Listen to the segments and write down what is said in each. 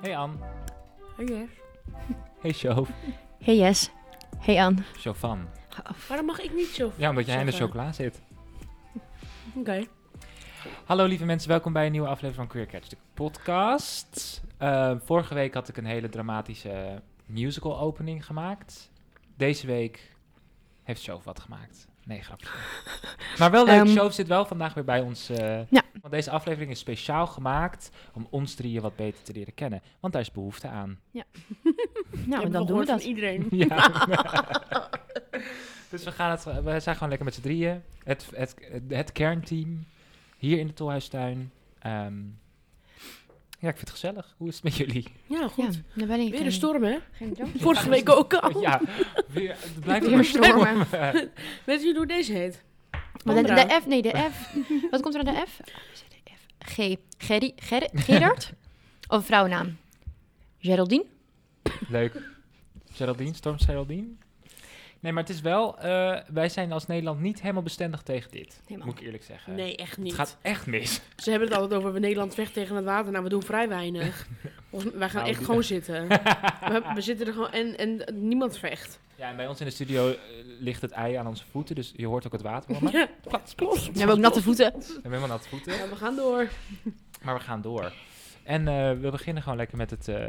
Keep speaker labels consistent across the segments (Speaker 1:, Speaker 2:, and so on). Speaker 1: Hey Ann.
Speaker 2: Hey Jess.
Speaker 1: Hey Sjoof.
Speaker 3: Hey Jes. Hey Anne.
Speaker 1: Chauvin.
Speaker 3: Nou,
Speaker 2: Waarom mag ik niet zo?
Speaker 1: Ja, omdat jij in de
Speaker 2: Chauvin.
Speaker 1: chocola zit.
Speaker 2: Oké.
Speaker 3: Nou,
Speaker 1: Hallo lieve mensen, welkom bij een nieuwe aflevering van Queer Catch, de podcast. Eh, vorige week had ik een hele dramatische musical opening gemaakt. Deze week heeft Sjoof wat gemaakt. Nee, grapje. Maar wel leuk,
Speaker 3: Ehm.
Speaker 1: Sjoof zit wel vandaag weer bij ons. eh,
Speaker 3: Ja.
Speaker 1: Want deze aflevering is speciaal gemaakt om ons drieën wat beter te leren kennen. Want daar is behoefte aan.
Speaker 3: Nou,
Speaker 2: Hebben
Speaker 3: dan doen we
Speaker 2: gehoord
Speaker 3: dat.
Speaker 2: Van iedereen.
Speaker 1: Ja. dus we, gaan het, we zijn gewoon lekker met z'n drieën. Het, het, het kernteam. Hier in de Tolhuistuin. Ehm, ja, ik vind het gezellig. Hoe is het met jullie?
Speaker 2: Ja, goed.
Speaker 3: Ja, dan ben ik eh,
Speaker 2: Weer een storm, hè?
Speaker 3: Geen drankje.
Speaker 2: Vorige week ook al.
Speaker 1: Ja, weer, het blijft
Speaker 3: Weer
Speaker 1: maar
Speaker 3: stormen.
Speaker 1: stormen.
Speaker 2: Weet je hoe deze heet?
Speaker 3: Maar de,
Speaker 2: Andra.
Speaker 3: de F, nee, de F. Wat komt er aan de F? G. Gerry, Ger, Gerard? of een vrouwennaam? Geraldine?
Speaker 1: Leuk. Geraldine, Storm Geraldine. Nee, maar het is wel... eh, wij zijn als Nederland niet helemaal bestendig tegen dit.
Speaker 3: Nee, man.
Speaker 1: Moet ik eerlijk zeggen.
Speaker 2: Nee, echt
Speaker 1: Het
Speaker 2: niet.
Speaker 1: gaat echt mis.
Speaker 2: Ze hebben het altijd over we Nederland vecht tegen het water. Nou, we doen vrij weinig. Of, wij gaan
Speaker 1: Nou,
Speaker 2: echt
Speaker 1: die-
Speaker 2: gewoon zitten. We, we zitten er gewoon en, en niemand vecht.
Speaker 1: Ja, en bij ons in de studio eh, ligt het ei aan onze voeten. Dus je hoort ook het water. worden.
Speaker 2: Ja,
Speaker 1: Plats,
Speaker 2: klopt.
Speaker 3: We hebben ook natte voeten.
Speaker 1: We hebben helemaal natte voeten.
Speaker 2: Ja, we gaan door.
Speaker 1: Maar we gaan door. En eh, we beginnen gewoon lekker met het. eh,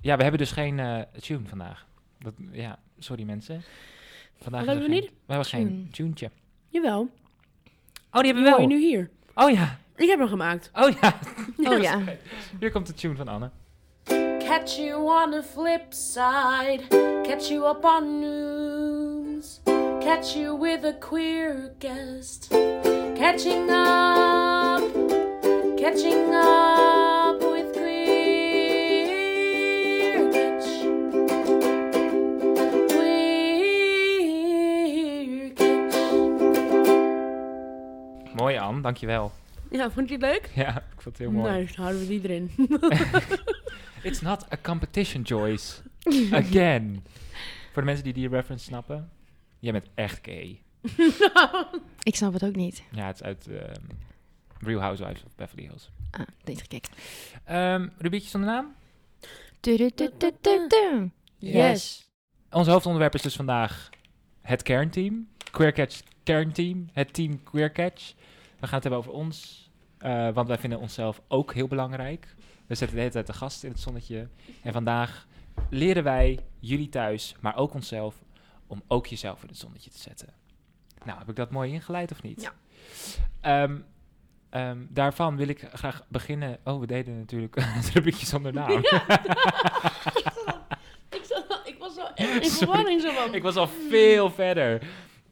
Speaker 1: ja, we hebben dus geen eh, tune vandaag. Dat, ja, sorry mensen. Vandaag is
Speaker 2: Wat
Speaker 1: er
Speaker 2: hebben we
Speaker 1: geen- We hebben geen tunetje.
Speaker 2: Jawel. Oh,
Speaker 1: die hebben
Speaker 2: je nu hier.
Speaker 1: Oh ja,
Speaker 2: Ik heb hem gemaakt.
Speaker 1: oh ja.
Speaker 3: Oh ja.
Speaker 1: Hier komt de tune van Anne.
Speaker 4: Catch you on the flip side. Catch you up on news. Catch you with a queer guest. Catching up. Catching up with queer. Catch. Queer catch.
Speaker 1: Mooi Anne, dankjewel.
Speaker 2: Ja, vond je het leuk?
Speaker 1: Ja, ik vond het heel mooi.
Speaker 2: Nee, daar houden we niet erin.
Speaker 1: It's not a competition, Joyce. Again. Voor de mensen die die reference snappen. Jij bent echt gay.
Speaker 3: Ik snap het ook niet.
Speaker 1: Ja, het is uit ehm, Real Housewives of Beverly Hills.
Speaker 3: Ah, niet gekeken.
Speaker 1: Ehm rubietjes van de naam?
Speaker 3: Du-du-du-du-du-du. Yes.
Speaker 1: Ons hoofdonderwerp is dus vandaag het kernteam. Queercatch kernteam. Het team Queercatch. We gaan het hebben over ons. eh, want wij vinden onszelf ook heel belangrijk. We zetten de hele tijd de gast in het zonnetje. En vandaag leren wij jullie thuis, maar ook onszelf, om ook jezelf in het zonnetje te zetten. Nou, heb ik dat mooi ingeleid of niet?
Speaker 2: Ja.
Speaker 1: Ehm, ehm, daarvan wil ik graag beginnen. Oh, we deden natuurlijk het rubriekje zonder naam.
Speaker 2: ik, zat, ik was zo echt in
Speaker 1: Sorry.
Speaker 2: verwarring zo van.
Speaker 1: Ik was al veel verder.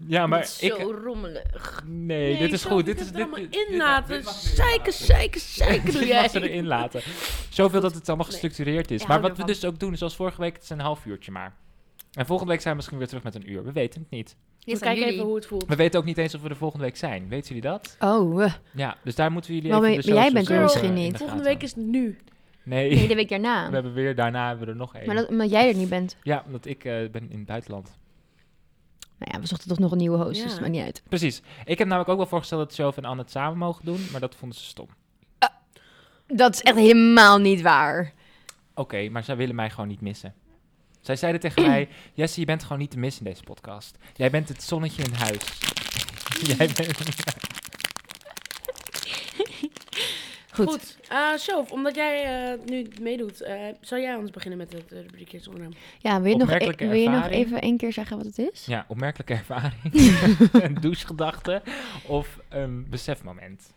Speaker 1: Ja, maar
Speaker 3: Zo
Speaker 1: ik,
Speaker 3: rommelig.
Speaker 1: Nee,
Speaker 2: Nee,
Speaker 1: dit is
Speaker 2: zo,
Speaker 1: goed.
Speaker 2: dit
Speaker 1: Dit is
Speaker 2: heb ik
Speaker 1: dit,
Speaker 2: er
Speaker 1: dit,
Speaker 2: allemaal in
Speaker 1: dit-
Speaker 2: laten.
Speaker 1: dit mag erin
Speaker 2: Zeiken,
Speaker 1: laten.
Speaker 2: zeiken, zeiken doe
Speaker 1: Dit mag ze
Speaker 2: jij.
Speaker 1: erin laten. Zoveel dat het allemaal
Speaker 2: Nee.
Speaker 1: gestructureerd is.
Speaker 3: Ja,
Speaker 1: maar
Speaker 3: hou
Speaker 1: wat we dus ook doen, zoals vorige week, het is een half uurtje maar. En volgende week zijn we misschien weer terug met een uur. We weten het niet.
Speaker 2: We kijken even hoe het voelt.
Speaker 1: We weten ook niet eens of we er volgende week zijn. Weten jullie dat?
Speaker 3: Oh, eh.
Speaker 1: Ja, dus daar moeten we jullie
Speaker 3: Maar
Speaker 1: even
Speaker 3: we-
Speaker 1: de
Speaker 3: maar jij
Speaker 1: socials
Speaker 3: bent
Speaker 2: er
Speaker 1: wel,
Speaker 3: misschien
Speaker 1: eh, in
Speaker 3: niet.
Speaker 1: de
Speaker 2: Volgende
Speaker 1: gaten
Speaker 2: week is het nu.
Speaker 1: Nee,
Speaker 3: nee, de week daarna.
Speaker 1: we hebben weer, daarna hebben we er nog één.
Speaker 3: Maar dat, omdat jij er niet bent.
Speaker 1: Ja, omdat ik eh, ben in het buitenland.
Speaker 3: Nou ja, we zochten toch nog een nieuwe host,
Speaker 2: Ja.
Speaker 3: dus het maakt niet uit.
Speaker 1: Precies. Ik heb namelijk ook wel voorgesteld dat Sjoof en Anne het samen mogen doen, maar dat vonden ze stom.
Speaker 3: Dat is echt helemaal niet waar.
Speaker 1: Oké, maar zij willen mij gewoon niet missen. Zij zeiden tegen mij: Jesse, je bent gewoon niet te missen in deze podcast. Jij bent het zonnetje in huis. Jij bent...
Speaker 3: Goed.
Speaker 2: Goed, Eh Sof, omdat jij eh, nu meedoet, eh, zou jij ons beginnen met het eh, rubriekje zonder naam?
Speaker 3: Ja, wil je, nog, e-
Speaker 1: Opmerkelijke
Speaker 3: wil je nog
Speaker 1: ervaring.
Speaker 3: even één keer zeggen wat het is?
Speaker 1: Ja, opmerkelijke ervaring, een douchegedachte of een besefmoment.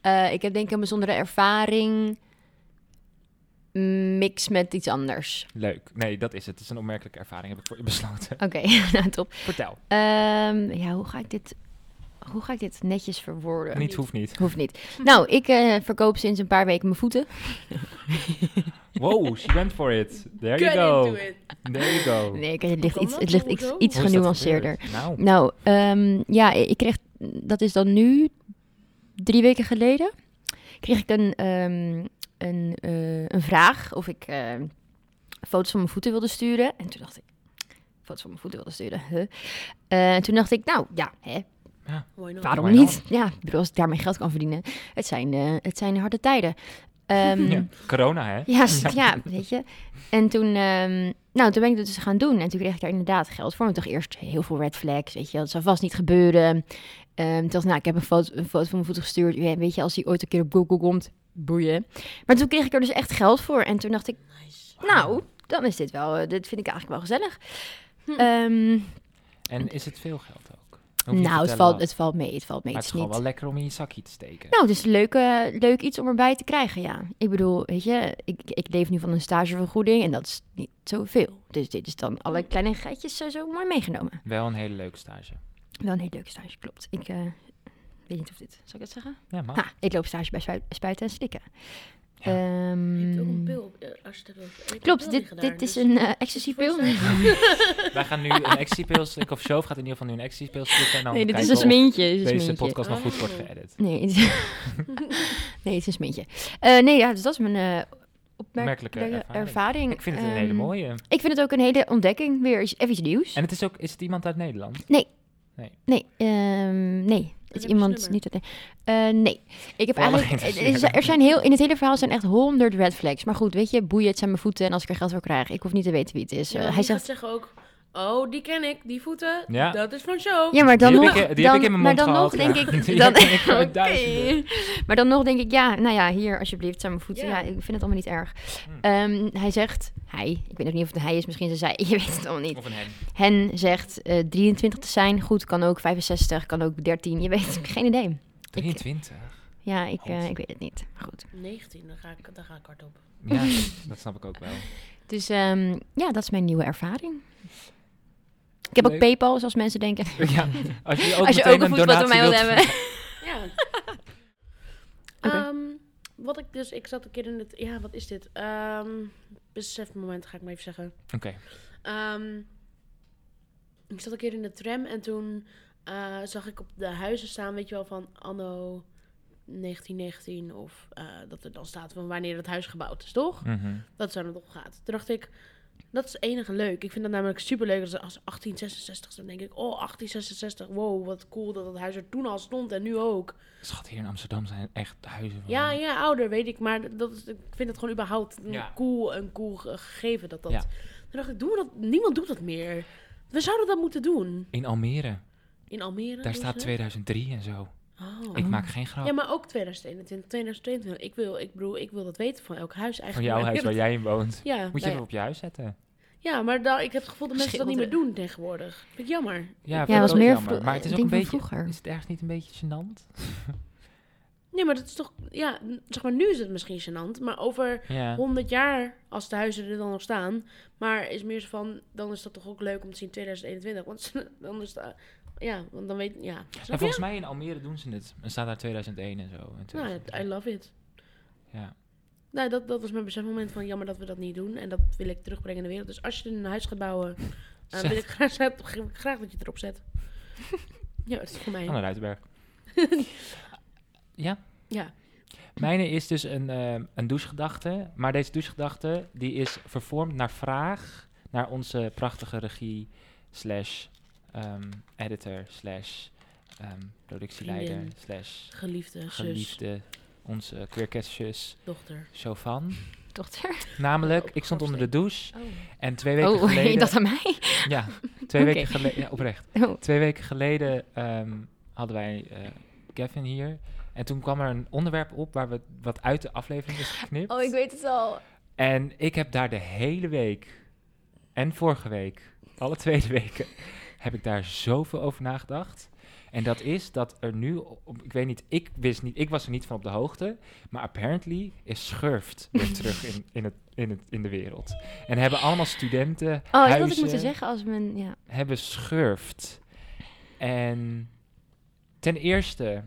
Speaker 3: Eh, ik heb denk ik een bijzondere ervaring. mm, Mix met iets anders.
Speaker 1: Leuk. Nee, dat is het. Het is een opmerkelijke ervaring, heb ik voor je besloten.
Speaker 3: Oké, nou top.
Speaker 1: Vertel.
Speaker 3: Ehm, ja, hoe ga, ik dit, hoe ga ik dit netjes verwoorden?
Speaker 1: Niet, hoeft niet.
Speaker 3: Hoeft niet. Nou, ik eh, verkoop sinds een paar weken mijn voeten.
Speaker 1: Wow, she went for it. There you
Speaker 2: Cut
Speaker 1: go.
Speaker 2: into it.
Speaker 1: There you go.
Speaker 3: Nee, ik- het ligt
Speaker 2: Kan
Speaker 3: iets,
Speaker 2: dat?
Speaker 3: het ligt
Speaker 2: Hoe-
Speaker 3: iets,
Speaker 2: hoezo?
Speaker 3: iets
Speaker 1: Oh. Hoe is dat
Speaker 3: genuanceerder.
Speaker 1: gebeurd? Nou,
Speaker 3: Nou, ehm, ja, ik kreeg, dat is dan nu drie weken geleden, kreeg ik een, ehm, een, eh, een vraag of ik eh, foto's van mijn voeten wilde sturen. En toen dacht ik, foto's van mijn voeten wilde sturen, huh? Eh, en toen dacht ik, nou ja, hè,
Speaker 2: Mooi nog.
Speaker 3: waarom
Speaker 1: Why not?
Speaker 3: niet? Ja, ik bedoel, als ik daarmee geld kan verdienen. Het zijn, eh, het zijn harde tijden. Ehm,
Speaker 1: Ja, corona, hè?
Speaker 3: Ja, s- ja, weet je. En toen, ehm, nou, toen ben ik dat dus gaan doen. En toen kreeg ik daar inderdaad geld voor. Want toch eerst heel veel red flags, weet je. Dat zou vast niet gebeuren. Ehm toen dacht ik, nou, ik heb een foto, een foto van mijn voeten gestuurd. Ja, weet je, als die ooit een keer op Google komt, boeien. Maar toen kreeg ik er dus echt geld voor. En toen dacht ik,
Speaker 2: Nice.
Speaker 3: nou, dan is dit wel, eh, dit vind ik eigenlijk wel gezellig.
Speaker 2: Hm.
Speaker 3: Ehm,
Speaker 1: En is het veel geld ook? Hoef je niet te
Speaker 3: nou, het
Speaker 1: vertellen
Speaker 3: valt,
Speaker 1: wat.
Speaker 3: het valt mee, het valt mee.
Speaker 1: Maar
Speaker 3: Het
Speaker 1: het
Speaker 3: is
Speaker 1: is gewoon
Speaker 3: niet...
Speaker 1: wel lekker om in je zakje te steken.
Speaker 3: Nou, het is leuk, eh, leuk iets om erbij te krijgen, ja. Ik bedoel, weet je, ik, ik leef nu van een stagevergoeding en dat is niet zoveel. Dus dit is dan alle kleine geitjes eh, zo mooi meegenomen.
Speaker 1: Wel een hele leuke stage.
Speaker 3: Wel een heel leuk stage, klopt. Ik eh, weet niet of dit, zal ik het zeggen?
Speaker 1: Ja, man.
Speaker 3: Ha, ik loop stage bij spuit- Spuiten en Slikken.
Speaker 1: Ja.
Speaker 3: Ehm,
Speaker 2: Je hebt ook een pil, eh, als je het hebt over- je hebt een
Speaker 3: Klopt,
Speaker 2: pil
Speaker 3: dit,
Speaker 2: ingedaan,
Speaker 3: dit is
Speaker 2: dus-
Speaker 3: een eh ecstasy pil.
Speaker 1: Wij gaan nu een ecstasy-pil slikken. Of Shove gaat in ieder geval nu een ecstasy-pil slikken. En dan
Speaker 3: Nee, dit is dus
Speaker 1: kijken
Speaker 3: een
Speaker 1: we of
Speaker 3: smintje. Dit is een
Speaker 1: Deze
Speaker 3: smintje.
Speaker 1: podcast nog goed wordt
Speaker 2: Oh.
Speaker 1: geëdit.
Speaker 3: Nee, het is, nee, het is een smintje. Eh, nee, ja, dus dat is mijn eh,
Speaker 1: Opmerkelijke
Speaker 3: opmerkelijke
Speaker 1: ervaring.
Speaker 3: ervaring.
Speaker 1: Ik vind het een hele
Speaker 3: Ehm,
Speaker 1: mooie.
Speaker 3: Ik vind het ook een hele ontdekking, weer iets- even iets nieuws.
Speaker 1: En het is ook, is het iemand uit Nederland?
Speaker 3: Nee, ehm, nee. Het is
Speaker 2: Een
Speaker 3: iemand
Speaker 2: nummer.
Speaker 3: niet dat. eh, nee, ik heb
Speaker 1: Voor alle
Speaker 3: eigenlijk.
Speaker 1: geïnteresseerden.
Speaker 3: Er zijn- er zijn heel, in het hele verhaal zijn echt honderd red flags. Maar goed, weet je, boeien, het zijn mijn voeten. En als ik er geld voor krijg, ik hoef niet te weten wie het is.
Speaker 2: Ja,
Speaker 3: Eh,
Speaker 2: want die
Speaker 3: hij zegt.
Speaker 2: gaat zeggen ook, oh, die ken ik, die voeten,
Speaker 1: Ja.
Speaker 2: dat is van show.
Speaker 3: Ja, maar dan
Speaker 1: die
Speaker 3: nog.
Speaker 1: heb ik, die
Speaker 3: dan,
Speaker 1: heb ik in mijn
Speaker 3: maar
Speaker 1: mond
Speaker 3: dan nog
Speaker 1: gehaald.
Speaker 3: denk
Speaker 1: Ja,
Speaker 3: ik.
Speaker 1: die
Speaker 3: Dan,
Speaker 1: ken ik uit
Speaker 3: Oké.
Speaker 1: duizenden.
Speaker 3: Maar dan nog denk ik, ja, nou ja, hier alsjeblieft, het zijn mijn voeten.
Speaker 2: Ja.
Speaker 3: Ja, ik vind het allemaal niet erg.
Speaker 1: Hmm.
Speaker 3: Ehm, hij zegt, hij, ik weet nog niet of het een hij is, misschien ze zij, je weet het allemaal niet.
Speaker 1: Of een hen.
Speaker 3: Hen zegt eh, 23 te zijn, goed, kan ook 65, kan ook 13, je weet, geen idee.
Speaker 1: 23.
Speaker 3: Ja, ik, eh,
Speaker 1: God.
Speaker 3: ik weet het niet. Maar goed.
Speaker 2: 19, daar ga ik, daar ga ik hard op.
Speaker 1: Ja, dat snap ik ook wel.
Speaker 3: Dus ehm, ja, dat is mijn nieuwe ervaring. Ik heb ook
Speaker 1: Leuk.
Speaker 3: PayPal, zoals mensen denken.
Speaker 1: Ja, als je ook,
Speaker 3: Als je
Speaker 1: meteen
Speaker 3: ook een voetbal van
Speaker 1: donatie
Speaker 3: mij wilt
Speaker 1: wilt-
Speaker 3: hebben.
Speaker 2: Ja.
Speaker 3: Oké.
Speaker 2: Ehm, wat ik dus, ik zat een keer in het, ja, wat is dit? Ehm besef moment, ga ik maar even zeggen.
Speaker 1: Oké.
Speaker 2: Ehm, ik zat een keer in de tram en toen eh, zag ik op de huizen staan, weet je wel, van anno 1919 of eh, dat er dan staat van wanneer het huis gebouwd is, toch?
Speaker 1: Mhm.
Speaker 2: Dat is waar het om gaat. Toen dacht ik, dat is het enige leuk. Ik vind dat namelijk superleuk als, als 1866 is. Dan denk ik, oh 1866, wow, wat cool dat het huis er toen al stond en nu ook.
Speaker 1: Schat, hier in Amsterdam zijn echt huizen van...
Speaker 2: Ja, ja, ouder, weet ik. Maar dat is, ik vind het gewoon überhaupt een
Speaker 1: Ja.
Speaker 2: cool, een cool ge- gegeven dat dat...
Speaker 1: Ja.
Speaker 2: Toen dacht ik, doen we dat? Niemand doet dat meer. We zouden dat moeten doen.
Speaker 1: In Almere.
Speaker 2: In Almere.
Speaker 1: Daar
Speaker 2: doen
Speaker 1: staat
Speaker 2: ze.
Speaker 1: 2003 en zo.
Speaker 2: Oh.
Speaker 1: Ik maak geen grap.
Speaker 2: Ja, maar ook 2021, 2022. Ik wil, ik bedoel, ik wil dat weten van elk huis
Speaker 1: Van
Speaker 2: eigenlijk.
Speaker 1: jouw huis waar jij in woont.
Speaker 2: Ja,
Speaker 1: Moet je
Speaker 2: nou
Speaker 1: even op je huis zetten.
Speaker 2: ja. ja, maar daar ik heb het gevoel dat mensen dat niet meer doen tegenwoordig. Vind ik jammer.
Speaker 1: Ja,
Speaker 3: Ja,
Speaker 1: dat
Speaker 3: was meer vro-
Speaker 1: Maar het is
Speaker 3: ik
Speaker 1: ook een
Speaker 3: denk
Speaker 1: beetje...
Speaker 3: van vroeger.
Speaker 1: Is het ergens niet een beetje gênant?
Speaker 2: Nee, maar dat is toch... Ja, n- zeg maar, nu is het misschien gênant. Maar over
Speaker 1: Ja.
Speaker 2: 100 jaar, als de huizen er dan nog staan... Maar is meer zo van... Dan is dat toch ook leuk om te zien 2021. Want dan is dat... Ja, want dan weet... Ja,
Speaker 1: En
Speaker 2: snap je?
Speaker 1: volgens mij in Almere doen ze het. Er staat daar 2001 en zo. En
Speaker 2: Nou,
Speaker 1: 2003.
Speaker 2: I love it.
Speaker 1: Ja.
Speaker 2: Nou, dat, dat was mijn besefmoment van jammer dat we dat niet doen. En dat wil ik terugbrengen in de wereld. Dus als je een huis gaat bouwen, eh,
Speaker 3: Ah,
Speaker 1: Zet.
Speaker 2: wil ik graag, zet- graag dat je het erop zet. ja, dat is voor mij.
Speaker 1: Anne Ruitenberg. ja?
Speaker 2: Ja.
Speaker 1: Mijne is dus een, ehm, een douchegedachte. Maar deze douchegedachte die is vervormd naar vraag naar onze prachtige regie slash ehm, editor slash ehm, productieleider
Speaker 2: Vriendin.
Speaker 1: slash
Speaker 2: Geliefde, zus,
Speaker 1: geliefde onze queercatchers
Speaker 2: dochter.
Speaker 1: Chauvin.
Speaker 3: Dochter.
Speaker 1: Namelijk,
Speaker 2: Ook
Speaker 1: ik stond onder de
Speaker 2: grappig.
Speaker 1: douche
Speaker 3: Oh,
Speaker 1: en twee weken geleden...
Speaker 3: ik dacht Oh, aan mij.
Speaker 1: Ja, twee
Speaker 3: Oké.
Speaker 1: weken geleden. Ja, oprecht.
Speaker 3: Oh.
Speaker 1: Twee weken geleden ehm, hadden wij eh Kevin hier. En toen kwam er een onderwerp op waar we wat uit de aflevering is geknipt.
Speaker 3: Oh, ik weet het al.
Speaker 1: En ik heb daar de hele week en vorige week, alle tweede weken, heb ik daar zoveel over nagedacht. En dat is dat er nu, op- ik weet niet, ik wist niet, ik was er niet van op de hoogte, maar apparently is schurft weer terug in, in, het, in, het, in de wereld. En hebben allemaal studenten,
Speaker 3: Oh, dat had ik
Speaker 1: huizen,
Speaker 3: moeten zeggen als mijn, ja.
Speaker 1: hebben schurft. En ten eerste,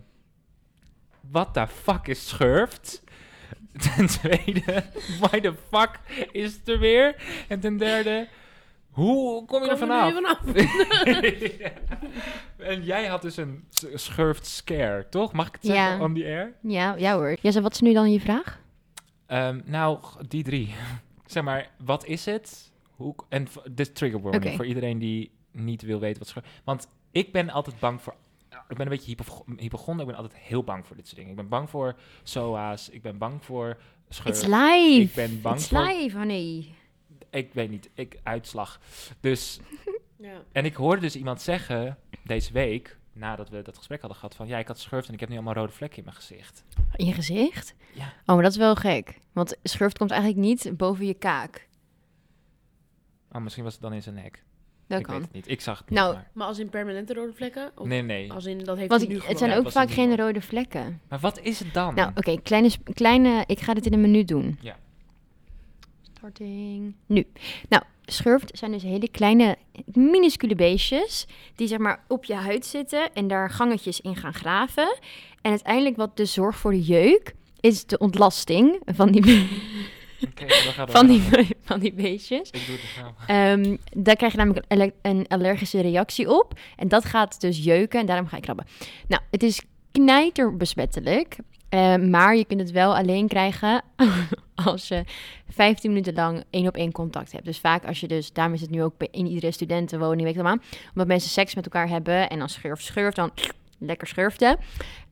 Speaker 1: wat de fuck is schurft? Ten tweede, why the fuck is het er weer? En ten derde, hoe kom je er vanaf? en jij had dus een s- schurft scare, toch? Mag ik het zeggen
Speaker 3: Ja.
Speaker 1: on the air?
Speaker 3: Ja, ja hoor. Ja, zo, wat is nu dan je vraag?
Speaker 1: Ehm, nou, g- die drie. zeg maar, wat is het? Hoe, k- en v- de trigger warning
Speaker 3: Oké.
Speaker 1: voor iedereen die niet wil weten wat schurft. Want ik ben altijd bang voor ik ben een beetje hypo- hypochonder. Ik ben altijd heel bang voor dit soort dingen. Ik ben bang voor SOA's. Ik ben bang voor scheur.
Speaker 3: It's live.
Speaker 1: Eh, Ik ben bang
Speaker 3: It's
Speaker 1: voor-
Speaker 3: live, honey.
Speaker 1: Ik weet niet. Ik uitslag. Dus,
Speaker 2: Ja.
Speaker 1: en ik hoorde dus iemand zeggen deze week, nadat we dat gesprek hadden gehad, van ja, ik had schurft en ik heb nu allemaal rode vlekken in mijn gezicht.
Speaker 3: In je gezicht?
Speaker 1: Ja.
Speaker 3: Oh, maar dat is wel gek. Want schurft komt eigenlijk niet boven je kaak.
Speaker 1: Oh, misschien was het dan in zijn nek.
Speaker 3: Dat
Speaker 1: ik weet
Speaker 3: kan.
Speaker 1: het niet. Ik zag het niet.
Speaker 3: Nou,
Speaker 1: maar-
Speaker 2: Maar als in permanente rode vlekken? Of
Speaker 1: Nee, nee.
Speaker 2: Als in, dat heeft
Speaker 3: Want
Speaker 2: hij nu
Speaker 3: het
Speaker 2: gewoon.
Speaker 3: zijn
Speaker 1: Ja,
Speaker 3: ook
Speaker 1: het was
Speaker 3: vaak
Speaker 1: niet
Speaker 3: geen
Speaker 1: wel.
Speaker 3: rode vlekken.
Speaker 1: Maar wat is het dan?
Speaker 3: Nou, oké, kleine, sp- kleine. Ik ga dit in een minuut doen.
Speaker 1: Ja.
Speaker 3: Starting. Nu. Nou, schurft zijn dus hele kleine, minuscule beestjes. Die zeg maar op je huid zitten en daar gangetjes in gaan graven. En uiteindelijk, wat de zorg voor de jeuk. Is de ontlasting van die, be-
Speaker 1: Oké, dan gaat het
Speaker 3: van die,
Speaker 1: wel.
Speaker 3: van die beestjes.
Speaker 1: Ik doe het snel.
Speaker 3: Ehm, daar krijg je namelijk een, alle- een allergische reactie op. En dat gaat dus jeuken en daarom ga ik krabben. Nou, het is knijterbesmettelijk. eh, maar je kunt het wel alleen krijgen als je 15 minuten lang één op één contact hebt. Dus vaak als je dus, daarom is het nu ook bij- in iedere studentenwoning, weet ik allemaal. Omdat mensen seks met elkaar hebben en dan schurft, schurft, dan lekker schurfte.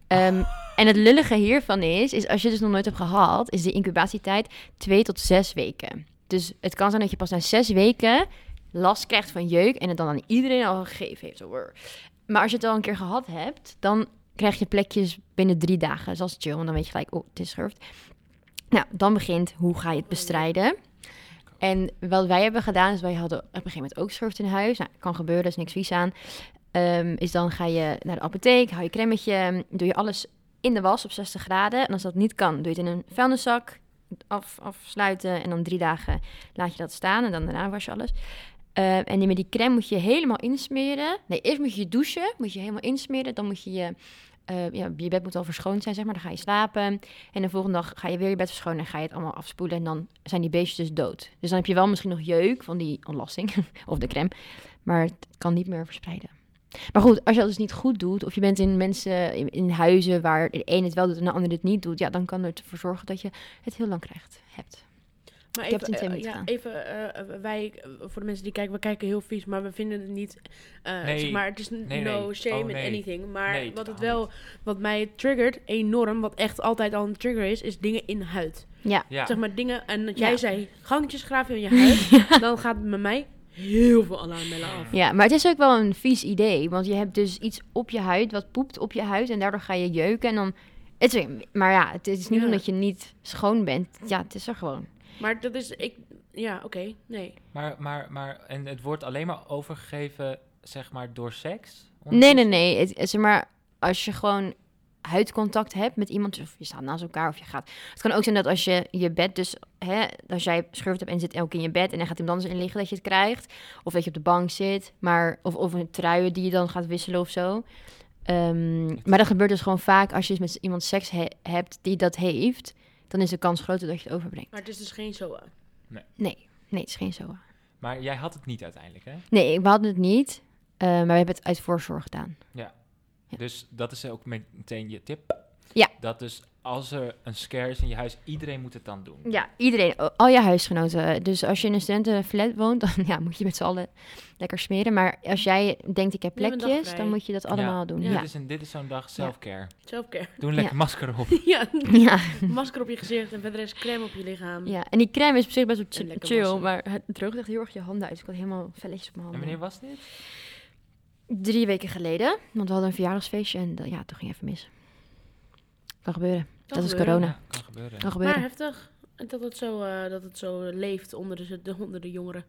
Speaker 3: Ehm, en het lullige hiervan is, is als je dus nog nooit hebt gehad, is de incubatietijd twee tot zes weken. Dus het kan zijn dat je pas na zes weken last krijgt van jeuk en het dan aan iedereen al gegeven heeft. Zo, brr. Maar als je het al een keer gehad hebt, dan krijg je plekjes binnen drie dagen. Dus dat is chill, want dan weet je gelijk, oh, het is schurft. Nou, dan begint, hoe ga je het bestrijden? En wat wij hebben gedaan, is wij hadden op een gegeven moment ook schurft in huis. Nou, kan gebeuren, er is niks vies aan. Ehm, is dan ga je naar de apotheek, hou je cremmetje, doe je alles in de was op 60 graden. En als dat niet kan, doe je het in een vuilniszak, af, afsluiten en dan drie dagen laat je dat staan en dan daarna was je alles. Eh, en die- met die crème moet je helemaal insmeren. Nee, eerst moet je je douchen, moet je helemaal insmeren. Dan moet je je, eh, ja, je bed moet al verschoond zijn, zeg maar. Dan ga je slapen. En de volgende dag ga je weer je bed verschonen en ga je het allemaal afspoelen. En dan zijn die beestjes dus dood. Dus dan heb je wel misschien nog jeuk van die ontlasting of de crème. Maar het kan niet meer verspreiden. Maar goed, als je dat dus niet goed doet, of je bent in mensen, in, in huizen waar de een het wel doet en de ander het niet doet, ja, dan kan het ervoor zorgen dat je het heel lang krijgt, hebt.
Speaker 2: Maar
Speaker 3: Ik heb het in
Speaker 2: eh,
Speaker 3: twee minuten
Speaker 2: ja,
Speaker 3: gedaan.
Speaker 2: even eh, eh, wij, eh, voor de mensen die kijken, we kijken heel vies, maar we vinden het niet. eh,
Speaker 1: Nee.
Speaker 2: zeg maar het is
Speaker 1: Nee,
Speaker 2: no
Speaker 1: nee.
Speaker 2: shame
Speaker 1: Oh, nee.
Speaker 2: in anything. Maar
Speaker 1: Nee,
Speaker 2: wat het
Speaker 1: totaal
Speaker 2: wel, wat mij triggert enorm, wat echt altijd al een trigger is, is dingen in huid.
Speaker 3: Ja.
Speaker 1: Ja.
Speaker 2: Zeg maar dingen, en dat
Speaker 3: Ja.
Speaker 2: jij zei, gangetjes graven in je huid, dan gaat het met mij heel veel alarmbellen af.
Speaker 3: Ja, maar het is ook wel een vies idee. Want je hebt dus iets op je huid, wat poept op je huid. En daardoor ga je jeuken. En dan. Het is, maar ja, het is niet
Speaker 2: Ja.
Speaker 3: omdat je niet schoon bent. Ja, het is er gewoon.
Speaker 2: Maar dat is, ik, ja, oké, nee.
Speaker 1: Maar, maar, maar, en het wordt alleen maar overgegeven, zeg maar, door seks?
Speaker 3: Nee, nee, nee. Het, het- zeg maar, als je gewoon huidcontact hebt met iemand. Of je staat naast elkaar of je gaat. Het kan ook zijn dat als je je bed dus. Hè, als jij schurft hebt en zit elk in je bed. En dan gaat iemand anders in liggen dat je het krijgt. Of dat je op de bank zit. Maar, of, of een truien die je dan gaat wisselen of zo. Ehm, maar dat gebeurt dus gewoon vaak als je met iemand seks he- hebt die dat heeft. Dan is de kans groter dat je het overbrengt.
Speaker 2: Maar het is dus geen SOA.
Speaker 3: Nee, nee, het is geen zo.
Speaker 1: Maar jij had het niet uiteindelijk, hè?
Speaker 3: Nee, we hadden het niet. eh, maar we hebben het uit voorzorg gedaan. Ja.
Speaker 1: Dus dat is ook meteen je tip.
Speaker 3: Ja.
Speaker 1: Dat dus als er een scare is in je huis, iedereen moet het dan doen.
Speaker 3: Ja, iedereen, o- al je huisgenoten. Dus als je in een studentenflat woont, dan ja, moet je met z'n allen lekker smeren. Maar als jij denkt, ik heb
Speaker 2: Neem een dag
Speaker 3: plekjes,
Speaker 2: vrij. dus-
Speaker 3: dan moet je dat allemaal doen.
Speaker 1: Dit
Speaker 3: Ja,
Speaker 1: is, een, dit is zo'n dag self-care.
Speaker 2: Selfcare.
Speaker 1: Doe een lekker masker op.
Speaker 2: ja,
Speaker 3: ja.
Speaker 2: masker op je gezicht en verder is crème op je lichaam.
Speaker 3: ja. En die crème is op zich best wel
Speaker 2: En
Speaker 3: chill,
Speaker 2: lekker
Speaker 3: chill
Speaker 2: wassen.
Speaker 3: maar het droogt echt heel erg je handen uit. Ik had helemaal velletjes op mijn
Speaker 1: En
Speaker 3: handen.
Speaker 1: wanneer was dit?
Speaker 3: Drie weken geleden, want we hadden een verjaardagsfeestje en eh, ja, toen ging even mis. Kan gebeuren.
Speaker 2: Kan
Speaker 3: dat is
Speaker 2: gebeuren.
Speaker 3: corona.
Speaker 1: Ja, kan gebeuren.
Speaker 3: Kan gebeuren.
Speaker 2: Maar heftig dat het zo, eh, dat het zo leeft onder de, de, onder de jongeren.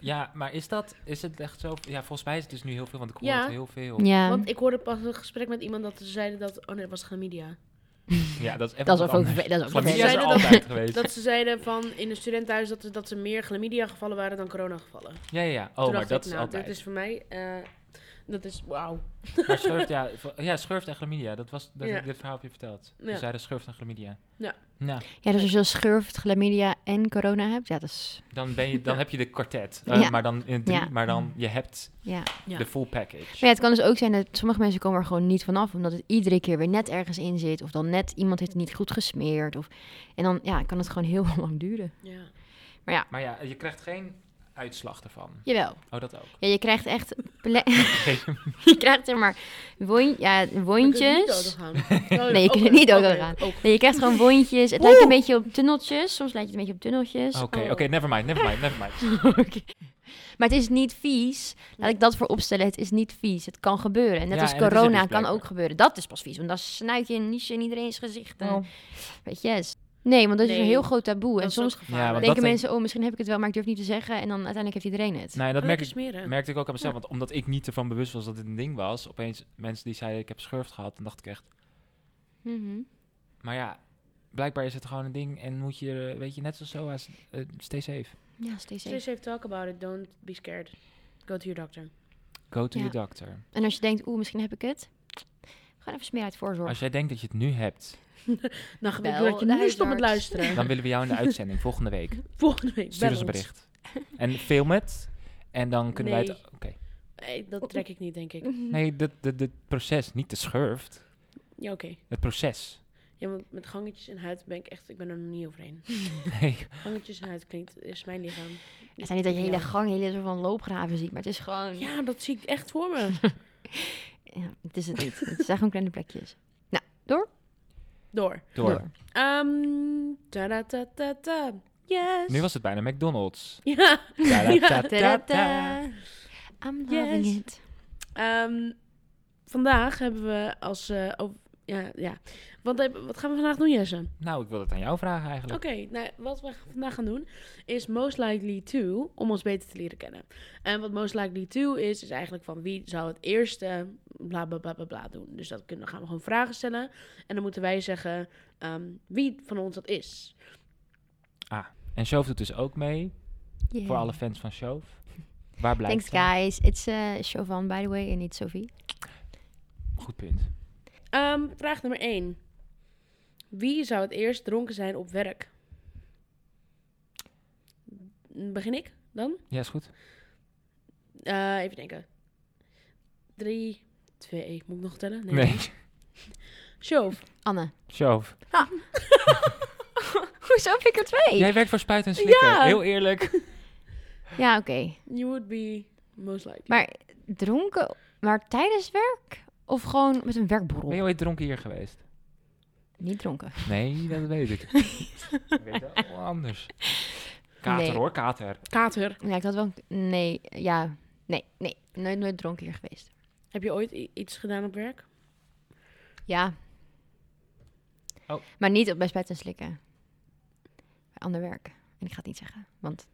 Speaker 1: Ja, maar is dat, is het echt zo? Ja, volgens mij is het dus nu heel veel, want ik hoor
Speaker 2: Ja.
Speaker 1: het heel veel.
Speaker 3: ja.
Speaker 2: Want ik hoorde pas een gesprek met iemand dat ze zeiden dat... Oh nee, dat was chlamydia.
Speaker 1: Ja, dat is even
Speaker 3: dat is
Speaker 1: wat
Speaker 3: ook, ook,
Speaker 1: anders.
Speaker 3: verve- dat is ook
Speaker 1: Chlamydia is
Speaker 3: vervelend.
Speaker 1: er
Speaker 2: Zeiden dat-
Speaker 1: altijd geweest.
Speaker 2: Dat ze zeiden van in een studentenhuis dat, dat er meer chlamydia gevallen waren dan corona gevallen.
Speaker 1: Ja, ja, ja. Oh,
Speaker 2: Toen
Speaker 1: maar
Speaker 2: dacht
Speaker 1: dat
Speaker 2: ik,
Speaker 1: is
Speaker 2: nou,
Speaker 1: altijd.
Speaker 2: Dit is voor mij... eh, dat is... Wauw.
Speaker 1: Maar schurft, ja, v- ja, schurft en chlamydia. Dat was dat
Speaker 2: Ja.
Speaker 1: dit verhaal heb je verteld.
Speaker 2: Ja.
Speaker 1: We zeiden schurft en chlamydia.
Speaker 2: Ja.
Speaker 1: Nou,
Speaker 3: Ja, dus als je schurft, chlamydia en corona hebt, ja, dat is...
Speaker 1: dan, ben je, dan heb je de kwartet. Eh,
Speaker 3: Ja.
Speaker 1: Maar dan in drie,
Speaker 3: Ja.
Speaker 1: maar dan je hebt
Speaker 3: Ja.
Speaker 2: Ja.
Speaker 1: de full package.
Speaker 3: Maar ja, het kan dus ook zijn dat sommige mensen komen er gewoon niet vanaf, omdat het iedere keer weer net ergens in zit, of dan net iemand heeft het niet goed gesmeerd, of en dan ja, kan het gewoon heel lang duren.
Speaker 2: Ja.
Speaker 1: Maar ja, je krijgt geen uitslag ervan?
Speaker 3: Jawel.
Speaker 1: Oh, dat ook.
Speaker 3: Ja, je krijgt echt... ple- je krijgt zeg maar won ja, wondjes. Nee, je kunt niet dood gaan. Nee, je krijgt gewoon wondjes. Het lijkt een beetje op tunneltjes. Soms lijkt het een beetje op tunneltjes.
Speaker 1: Oké,
Speaker 2: Oh.
Speaker 1: oké, never mind, never mind, never mind.
Speaker 3: Oké. Maar het is niet vies. Laat ik dat voor opstellen. Het is niet vies. Het kan gebeuren. En net
Speaker 1: Ja,
Speaker 3: als
Speaker 1: en het is er
Speaker 3: corona
Speaker 1: dus
Speaker 3: kan
Speaker 1: blijkbaar.
Speaker 3: ook gebeuren. Dat is pas vies. Want dan snuit je een niche in iedereen's gezicht. En-
Speaker 1: Nou,
Speaker 3: Weet je, yes. Nee, want dat is een
Speaker 2: Nee,
Speaker 3: heel groot taboe. En soms
Speaker 1: Ja, want
Speaker 3: denken
Speaker 1: dat denk-
Speaker 3: mensen, oh, misschien heb ik het wel, maar ik durf niet te zeggen. En dan uiteindelijk heeft iedereen
Speaker 1: nee,
Speaker 3: het.
Speaker 1: Nou
Speaker 2: Oh,
Speaker 1: dat merk ik,
Speaker 2: smeren.
Speaker 1: merkte ik ook aan mezelf. Want omdat ik niet ervan bewust was dat dit een ding was, opeens mensen die zeiden ik heb schurft gehad, dan dacht ik echt,
Speaker 3: Mhm.
Speaker 1: maar ja, blijkbaar is het gewoon een ding en moet je, eh, weet je, net zoals SOA's, eh, stay safe.
Speaker 3: Ja, stay safe.
Speaker 2: Stay safe, talk about it. Don't be scared. Go to your doctor.
Speaker 1: Go to
Speaker 3: Ja.
Speaker 1: your doctor.
Speaker 3: En als je denkt, oeh, misschien heb ik het. Gewoon even smeer uit voorzorg.
Speaker 1: Als jij denkt dat je het nu hebt,
Speaker 2: Nou, ik
Speaker 3: Bel
Speaker 2: wil dat je
Speaker 3: de
Speaker 2: nu stopt met
Speaker 3: huisarts.
Speaker 2: luisteren.
Speaker 1: dan willen we jou in de uitzending volgende week.
Speaker 2: Volgende week
Speaker 1: Stuur
Speaker 2: bel
Speaker 1: ons een
Speaker 2: ons.
Speaker 1: bericht. En film het. En dan kunnen wij het...
Speaker 2: Nee.
Speaker 1: Oké.
Speaker 2: Eh, dat trek ik niet, denk ik.
Speaker 1: Nee, dit, dit, dit proces, niet de schurft.
Speaker 2: Ja, oké.
Speaker 1: Het proces.
Speaker 2: Ja, want met gangetjes en huid ben ik echt... Ik ben er nog niet overheen.
Speaker 1: Nee.
Speaker 2: Gangetjes en huid klinkt... Is mijn lichaam.
Speaker 3: Het zijn niet dat je hele
Speaker 2: Ja.
Speaker 3: gang, hele soort van loopgraven ziet. Maar het is gewoon... Ja.
Speaker 2: Ja, dat zie ik echt voor me.
Speaker 3: het is het niet. Het zijn gewoon kleine plekjes.
Speaker 2: Door.
Speaker 1: Door.
Speaker 2: Ehm ta ta ta ta Yes.
Speaker 1: Nu was het bijna McDonald's.
Speaker 2: Ja.
Speaker 1: Ta-da-ta-ta.
Speaker 3: Ta-da-da. I'm loving
Speaker 2: Yes.
Speaker 3: it.
Speaker 2: Ehm, vandaag hebben we als... eh, oh, ja, ja. Wat, hebben- wat gaan we vandaag doen, Jesse?
Speaker 1: Nou, ik wil het aan jou vragen eigenlijk.
Speaker 2: Oké, nou, wat we vandaag gaan doen is Most Likely To, om ons beter te leren kennen. En wat Most Likely To is, is eigenlijk van wie zou het eerste bla bla bla bla, bla doen. Dus dat kunnen, gaan we gewoon vragen stellen. En dan moeten wij zeggen ehm, wie van ons dat is.
Speaker 1: En Shove doet dus ook mee.
Speaker 3: Yeah.
Speaker 1: Voor alle fans van Shove. Waar blijft
Speaker 3: Thanks
Speaker 1: ze?
Speaker 3: guys. It's uh, Chauvin by the way en niet Sophie.
Speaker 1: Goed punt.
Speaker 2: Ehm, vraag nummer 1. Wie zou het eerst dronken zijn op werk? Begin ik dan?
Speaker 1: Ja, is goed.
Speaker 2: Eh, even denken. 3, 2, moet ik nog tellen?
Speaker 1: Nee.
Speaker 2: Shove.
Speaker 3: Anne.
Speaker 1: Shove.
Speaker 3: Hoezo heb ik er twee?
Speaker 1: Jij werkt voor Spuit en Slikker.
Speaker 2: Ja.
Speaker 1: Heel eerlijk.
Speaker 3: Ja, oké.
Speaker 2: You would be most likely.
Speaker 3: Maar dronken, maar tijdens werk? Of gewoon met een
Speaker 1: Ben
Speaker 3: werkborrel?
Speaker 1: je ooit dronken hier geweest?
Speaker 3: Niet dronken.
Speaker 1: Nee, dat weet ik. ik weet wel wel anders. Kater
Speaker 3: Nee.
Speaker 1: hoor, kater.
Speaker 2: Kater.
Speaker 3: Ja, ik had wel... een- Nee, ja... Nee, nee. Nooit, nooit dronken hier geweest.
Speaker 2: Heb je ooit i- iets gedaan op werk?
Speaker 3: Ja.
Speaker 1: Oh.
Speaker 3: Maar niet op bij spuit en slikken. Bij ander werk. En ik ga het niet zeggen, want...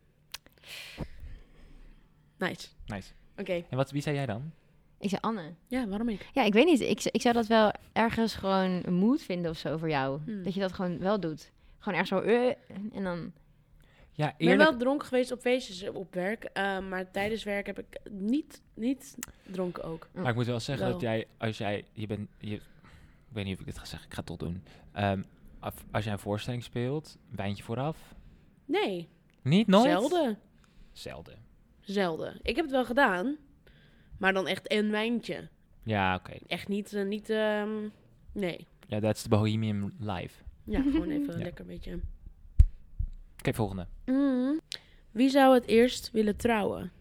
Speaker 2: Nice.
Speaker 1: Nice.
Speaker 2: Oké.
Speaker 1: En wat, wie zei jij dan?
Speaker 3: Ik zei Anne.
Speaker 2: Ja, waarom ik?
Speaker 3: Ja, ik weet niet. Ik, z- ik zou dat wel ergens gewoon een moed vinden of zo voor jou.
Speaker 2: Hmm.
Speaker 3: Dat je dat gewoon wel doet. Gewoon ergens zo... eh, en dan...
Speaker 1: Ja,
Speaker 2: Ik ben
Speaker 1: eerlijk.
Speaker 2: wel dronken geweest op feestjes eh, op werk. eh, maar tijdens werk heb ik niet, niet dronken ook.
Speaker 1: Maar ik moet wel zeggen dat
Speaker 2: Wel.
Speaker 1: jij, als jij, je bent, je, ik weet niet of ik dit ga zeggen, ik ga het toch doen. Ehm, af- als jij een voorstelling speelt, wijntje vooraf.
Speaker 2: Nee.
Speaker 1: Niet nooit?
Speaker 2: Zelden.
Speaker 1: Zelden.
Speaker 2: Zelden. Ik heb het wel gedaan. Maar dan echt een wijntje.
Speaker 1: Ja, oké.
Speaker 2: Echt niet... eh, niet ehm, nee.
Speaker 1: Ja, dat is de Bohemian Live. Oké,
Speaker 2: Ja, gewoon even
Speaker 1: Ja.
Speaker 2: lekker een beetje...
Speaker 1: volgende.
Speaker 2: Mm. Wie zou het eerst willen trouwen?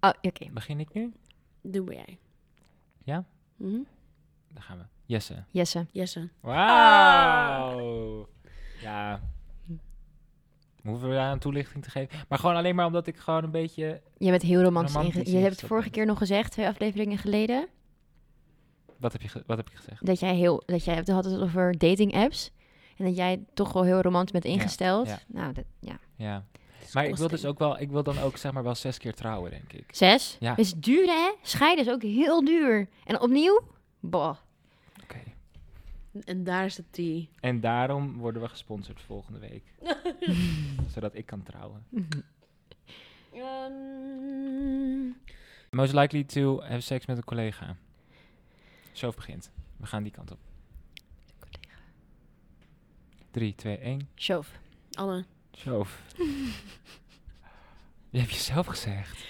Speaker 3: Oh, oké.
Speaker 1: Begin ik nu?
Speaker 2: Doe jij.
Speaker 1: Ja?
Speaker 2: Mhm.
Speaker 1: Daar gaan we. Jesse.
Speaker 3: Jesse.
Speaker 2: Jesse.
Speaker 1: Wauw! Ja. Hoeven we daar een toelichting te geven? Maar gewoon alleen maar omdat ik gewoon een beetje...
Speaker 3: Je bent heel romantisch.
Speaker 1: Romantisch
Speaker 3: inge- je
Speaker 1: is
Speaker 3: hebt
Speaker 1: dat
Speaker 3: het vorige
Speaker 1: niet.
Speaker 3: keer nog gezegd, twee afleveringen geleden,
Speaker 1: Wat heb je, ge- wat heb je gezegd?
Speaker 3: dat jij heel, dat jij het had het over dating apps en dat jij toch wel heel romantisch bent ingesteld.
Speaker 1: ja.
Speaker 3: Nou, dat, ja.
Speaker 1: Ja. Maar ik wil dus ook wel... Ik wil dan ook zeg maar wel zes keer trouwen, denk ik.
Speaker 3: Zes.
Speaker 1: Ja.
Speaker 3: Is duur, hè? Scheiden is ook heel duur. En opnieuw? Bah.
Speaker 1: Oké.
Speaker 2: En daar is de tea.
Speaker 1: En daarom worden we gesponsord volgende week. Zodat ik kan trouwen.
Speaker 2: Ehm,
Speaker 1: Most likely to have sex met een collega. Zo begint. We gaan die kant op. 3, 2, 1.
Speaker 3: Shove.
Speaker 2: Anne.
Speaker 1: Zo. je hebt jezelf gezegd.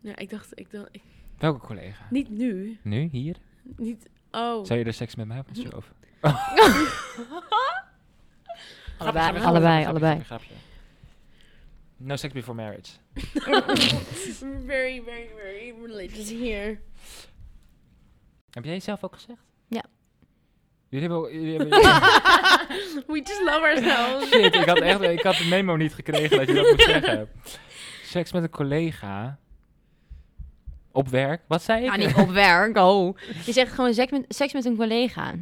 Speaker 2: Ja, ik dacht, ik dacht ik-
Speaker 1: Welke collega?
Speaker 2: niet nu.
Speaker 1: Nu, hier?
Speaker 2: Niet. Oh.
Speaker 1: Zou je er seks met mij hebben? Zo.
Speaker 3: Allebei,
Speaker 1: grapje, grapje,
Speaker 3: allebei,
Speaker 1: grapje, grapje,
Speaker 3: allebei.
Speaker 1: grapje. No sex before marriage.
Speaker 2: very, very, very religious here.
Speaker 1: Heb jij zelf ook gezegd?
Speaker 3: Ja.
Speaker 1: Jullie hebben... ook- Jullie hebben
Speaker 2: We just love ourselves.
Speaker 1: shit, ik had, echt, ik had de memo niet gekregen dat je dat moet zeggen. Seks met een collega. Op werk. Wat zei ik?
Speaker 3: Ja, Nou, niet op werk, oh. Je zegt gewoon seks met, seks met een collega.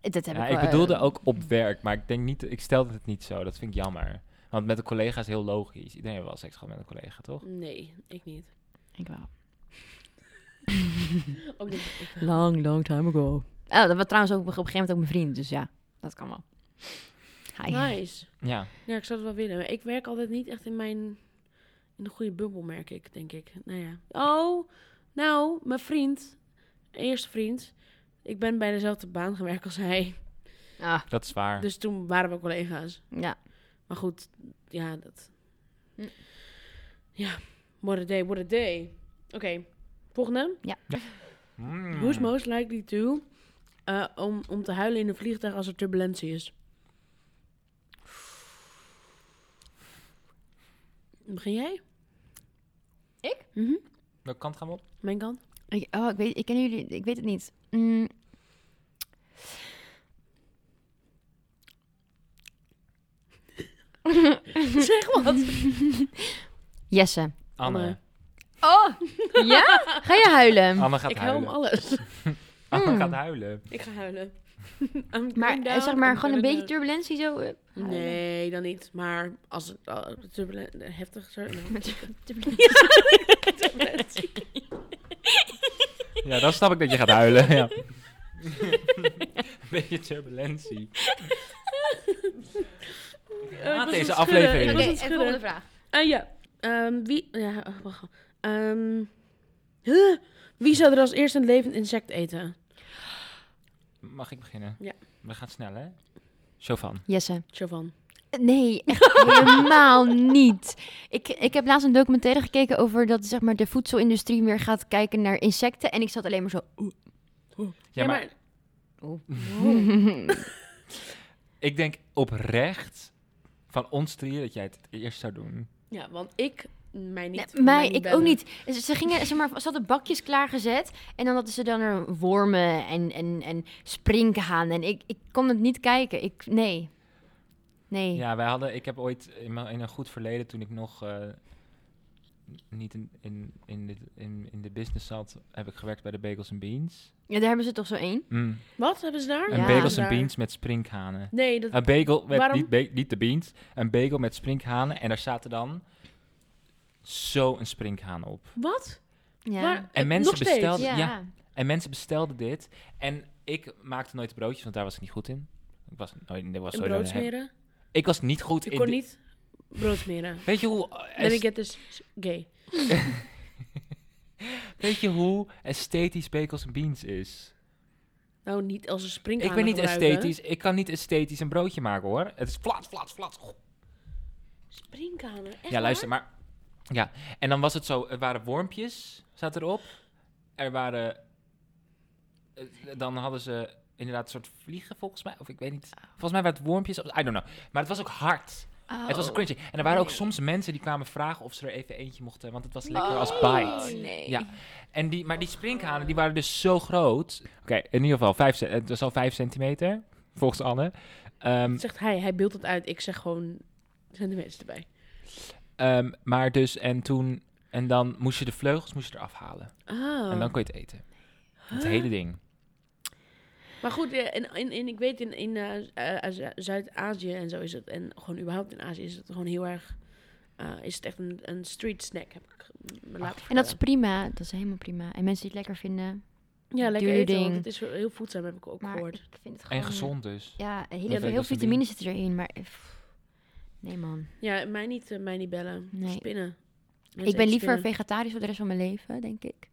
Speaker 3: Dat heb
Speaker 1: Ja,
Speaker 3: ik
Speaker 1: ik
Speaker 3: wel, eh,
Speaker 1: bedoelde ook op werk, maar ik denk niet, ik stelde het niet zo. Dat vind ik jammer. Want met een collega is heel logisch. Iedereen heeft wel seks gehad met een collega, toch?
Speaker 2: Nee, ik niet.
Speaker 3: Ik wel.
Speaker 2: Ook niet. ik wel.
Speaker 3: Long, long time ago. Oh, dat was trouwens ook op een gegeven moment ook mijn vriend, dus ja, dat kan wel. Hi.
Speaker 2: Nice.
Speaker 1: Ja.
Speaker 2: Ja, ik zou het wel willen. Maar ik werk altijd niet echt in mijn... In de goede bubbel, merk ik, denk ik. Nou ja. Oh, nou, mijn vriend. Eerste vriend. Ik ben bij dezelfde baan gewerkt als hij.
Speaker 3: Ah,
Speaker 1: Dat is waar.
Speaker 2: Dus toen waren we collega's.
Speaker 3: ja.
Speaker 2: Maar goed, ja, dat...
Speaker 3: Hm.
Speaker 2: Ja, what a day, what a day. Oké, volgende.
Speaker 1: Mm.
Speaker 2: Who's most likely to... eh, om, om te huilen in een vliegtuig als er turbulentie is? Begin jij?
Speaker 3: Ik?
Speaker 2: Mhm,
Speaker 1: Welke kant gaan we op?
Speaker 2: Mijn kant?
Speaker 3: Ik, oh, ik weet, ik ken jullie, ik weet het niet. Mm.
Speaker 2: zeg wat!
Speaker 3: Jesse.
Speaker 1: Anne.
Speaker 2: Anne.
Speaker 3: Oh, ja? Ga je huilen?
Speaker 1: Anne gaat
Speaker 2: Ik hou
Speaker 1: huilen.
Speaker 2: om alles.
Speaker 1: Anne
Speaker 3: Mm.
Speaker 1: gaat huilen.
Speaker 2: Ik ga huilen. I'm going
Speaker 3: maar eh,
Speaker 2: down,
Speaker 3: zeg maar
Speaker 2: I'm
Speaker 3: gewoon
Speaker 2: gonna
Speaker 3: een beetje turbulentie zo. eh,
Speaker 2: down.
Speaker 3: huilen.
Speaker 2: Nee, dan niet. Maar als het eh, turbulen- heftig zo...
Speaker 3: Turbulentie.
Speaker 2: turbulentie.
Speaker 1: Ja, dan snap ik dat je gaat huilen. Ja. Beetje turbulentie.
Speaker 2: Eh, ik was aan het
Speaker 1: deze
Speaker 2: schudden,
Speaker 1: aflevering.
Speaker 2: ik
Speaker 3: Oké,
Speaker 2: was aan
Speaker 3: en
Speaker 2: het schudden.
Speaker 3: volgende vraag.
Speaker 2: Ah ja, Ehm, wie... Ja, oh, wacht. Ehm, huh? Wie zou er als eerste een levend insect eten?
Speaker 1: Mag ik beginnen?
Speaker 2: Ja.
Speaker 1: We gaan snel, hè? Chauvin.
Speaker 3: Jesse.
Speaker 2: Chauvin.
Speaker 3: Nee, echt helemaal niet. Ik, ik heb laatst een documentaire gekeken over dat zeg maar, de voedselindustrie weer gaat kijken naar insecten. En ik zat alleen maar zo...
Speaker 2: Oh.
Speaker 3: oeh.
Speaker 1: Ja, maar
Speaker 3: "Hmm."
Speaker 1: ik denk oprecht van ons drieën dat jij het eerst zou doen.
Speaker 2: Ja, want ik... Mij niet.
Speaker 3: Nee, mij,
Speaker 2: niet
Speaker 3: ik
Speaker 2: bellen.
Speaker 3: ook niet. Ze, ze gingen, zeg maar, ze hadden bakjes klaargezet. En dan hadden ze dan er wormen en, en, en springhaan. En ik, ik kon het niet kijken. Ik, nee. Nee.
Speaker 1: Ja, wij hadden, ik heb ooit in, mijn- in een goed verleden, toen ik nog eh, niet in, in, in, dit- in, in de business zat, heb ik gewerkt bij de Bagels and Beans.
Speaker 3: Ja, daar hebben ze toch zo één?
Speaker 1: Mm.
Speaker 2: Wat hebben ze daar?
Speaker 1: Een
Speaker 3: Ja.
Speaker 1: Bagels and
Speaker 2: Daar.
Speaker 1: Beans met sprinkhanen.
Speaker 2: Nee, dat...
Speaker 1: Een bagel met
Speaker 2: Waarom?
Speaker 1: niet, ba- niet de beans, een bagel met sprinkhanen. En daar zaten dan zo'n sprinkhaan op.
Speaker 2: Wat?
Speaker 3: Ja.
Speaker 2: Waar- eh,
Speaker 1: mensen
Speaker 2: nog steeds?
Speaker 1: bestelden-
Speaker 3: ja.
Speaker 1: ja. En mensen bestelden dit. En ik maakte nooit broodjes, want daar was ik niet goed in. Ik was, nooit, ik was,
Speaker 2: Een
Speaker 1: sowieso-
Speaker 2: brood smeren?
Speaker 1: ik was niet goed
Speaker 2: Ik
Speaker 1: in.
Speaker 2: kon
Speaker 1: di-
Speaker 2: niet brood smeren.
Speaker 1: Weet je hoe.
Speaker 2: Let me get this dus gay.
Speaker 1: Weet je hoe esthetisch bagels en beans is?
Speaker 2: Nou, niet als een springhaan
Speaker 1: Ik ben niet
Speaker 2: gebruiken.
Speaker 1: esthetisch. Ik kan niet esthetisch een broodje maken hoor. Het is flat, flat, flat. Goh.
Speaker 2: Springhanen? Echt
Speaker 1: Ja, luister, maar... Ja, en dan was het zo, er waren wormpjes, zat erop. Er waren... eh, Dan hadden ze inderdaad een soort vliegen, volgens mij. Of ik weet niet. Volgens mij waren het wormpjes. of- I don't know. Maar het was ook hard.
Speaker 3: Oh.
Speaker 1: Het was crunchy. En er waren ook
Speaker 3: Nee.
Speaker 1: soms mensen die kwamen vragen of ze er even eentje mochten. Want het was lekker
Speaker 3: Oh.
Speaker 1: als bite.
Speaker 3: Nee.
Speaker 1: Ja. En die, maar die sprinkhanen, die waren dus zo groot. Oké, in ieder geval, vijf, ce- het was al 5 centimeter, volgens Anne. Ehm,
Speaker 2: waar? Zegt hij. Hij beeldt het uit. Ik zeg gewoon centimeters erbij.
Speaker 1: ehm, maar dus, en toen... En dan moest je de vleugels moest je eraf halen.
Speaker 2: Oh.
Speaker 1: En dan kon je het eten. Het hele ding.
Speaker 2: Maar goed, eh, in, in, in, ik weet in, in eh, eh, Zu- Zuid-Azië en zo is het, en gewoon überhaupt in Azië is het gewoon heel erg, eh, is het echt een, een street snack, heb ik me laten
Speaker 3: En dat is
Speaker 2: vertellen.
Speaker 3: prima. Dat is helemaal prima. En mensen die het lekker vinden.
Speaker 2: Ja, lekker
Speaker 3: duur
Speaker 2: eten, want
Speaker 3: ding.
Speaker 2: het is heel voedzaam, heb ik ook
Speaker 3: Maar
Speaker 2: gehoord.
Speaker 3: ik vind het gewoon...
Speaker 1: En gezond dus.
Speaker 3: Ja, heel,
Speaker 1: weet
Speaker 3: veel,
Speaker 1: ik als
Speaker 3: heel veel
Speaker 1: een ding.
Speaker 3: vitamines zitten erin, maar... eh, pff, Nee, man.
Speaker 2: Ja, mij niet, eh, mij niet bellen.
Speaker 3: Nee.
Speaker 2: Spinnen. Mensen
Speaker 3: Ik ben
Speaker 2: eten
Speaker 3: liever
Speaker 2: spinnen.
Speaker 3: vegetarisch voor de rest van mijn leven, denk ik.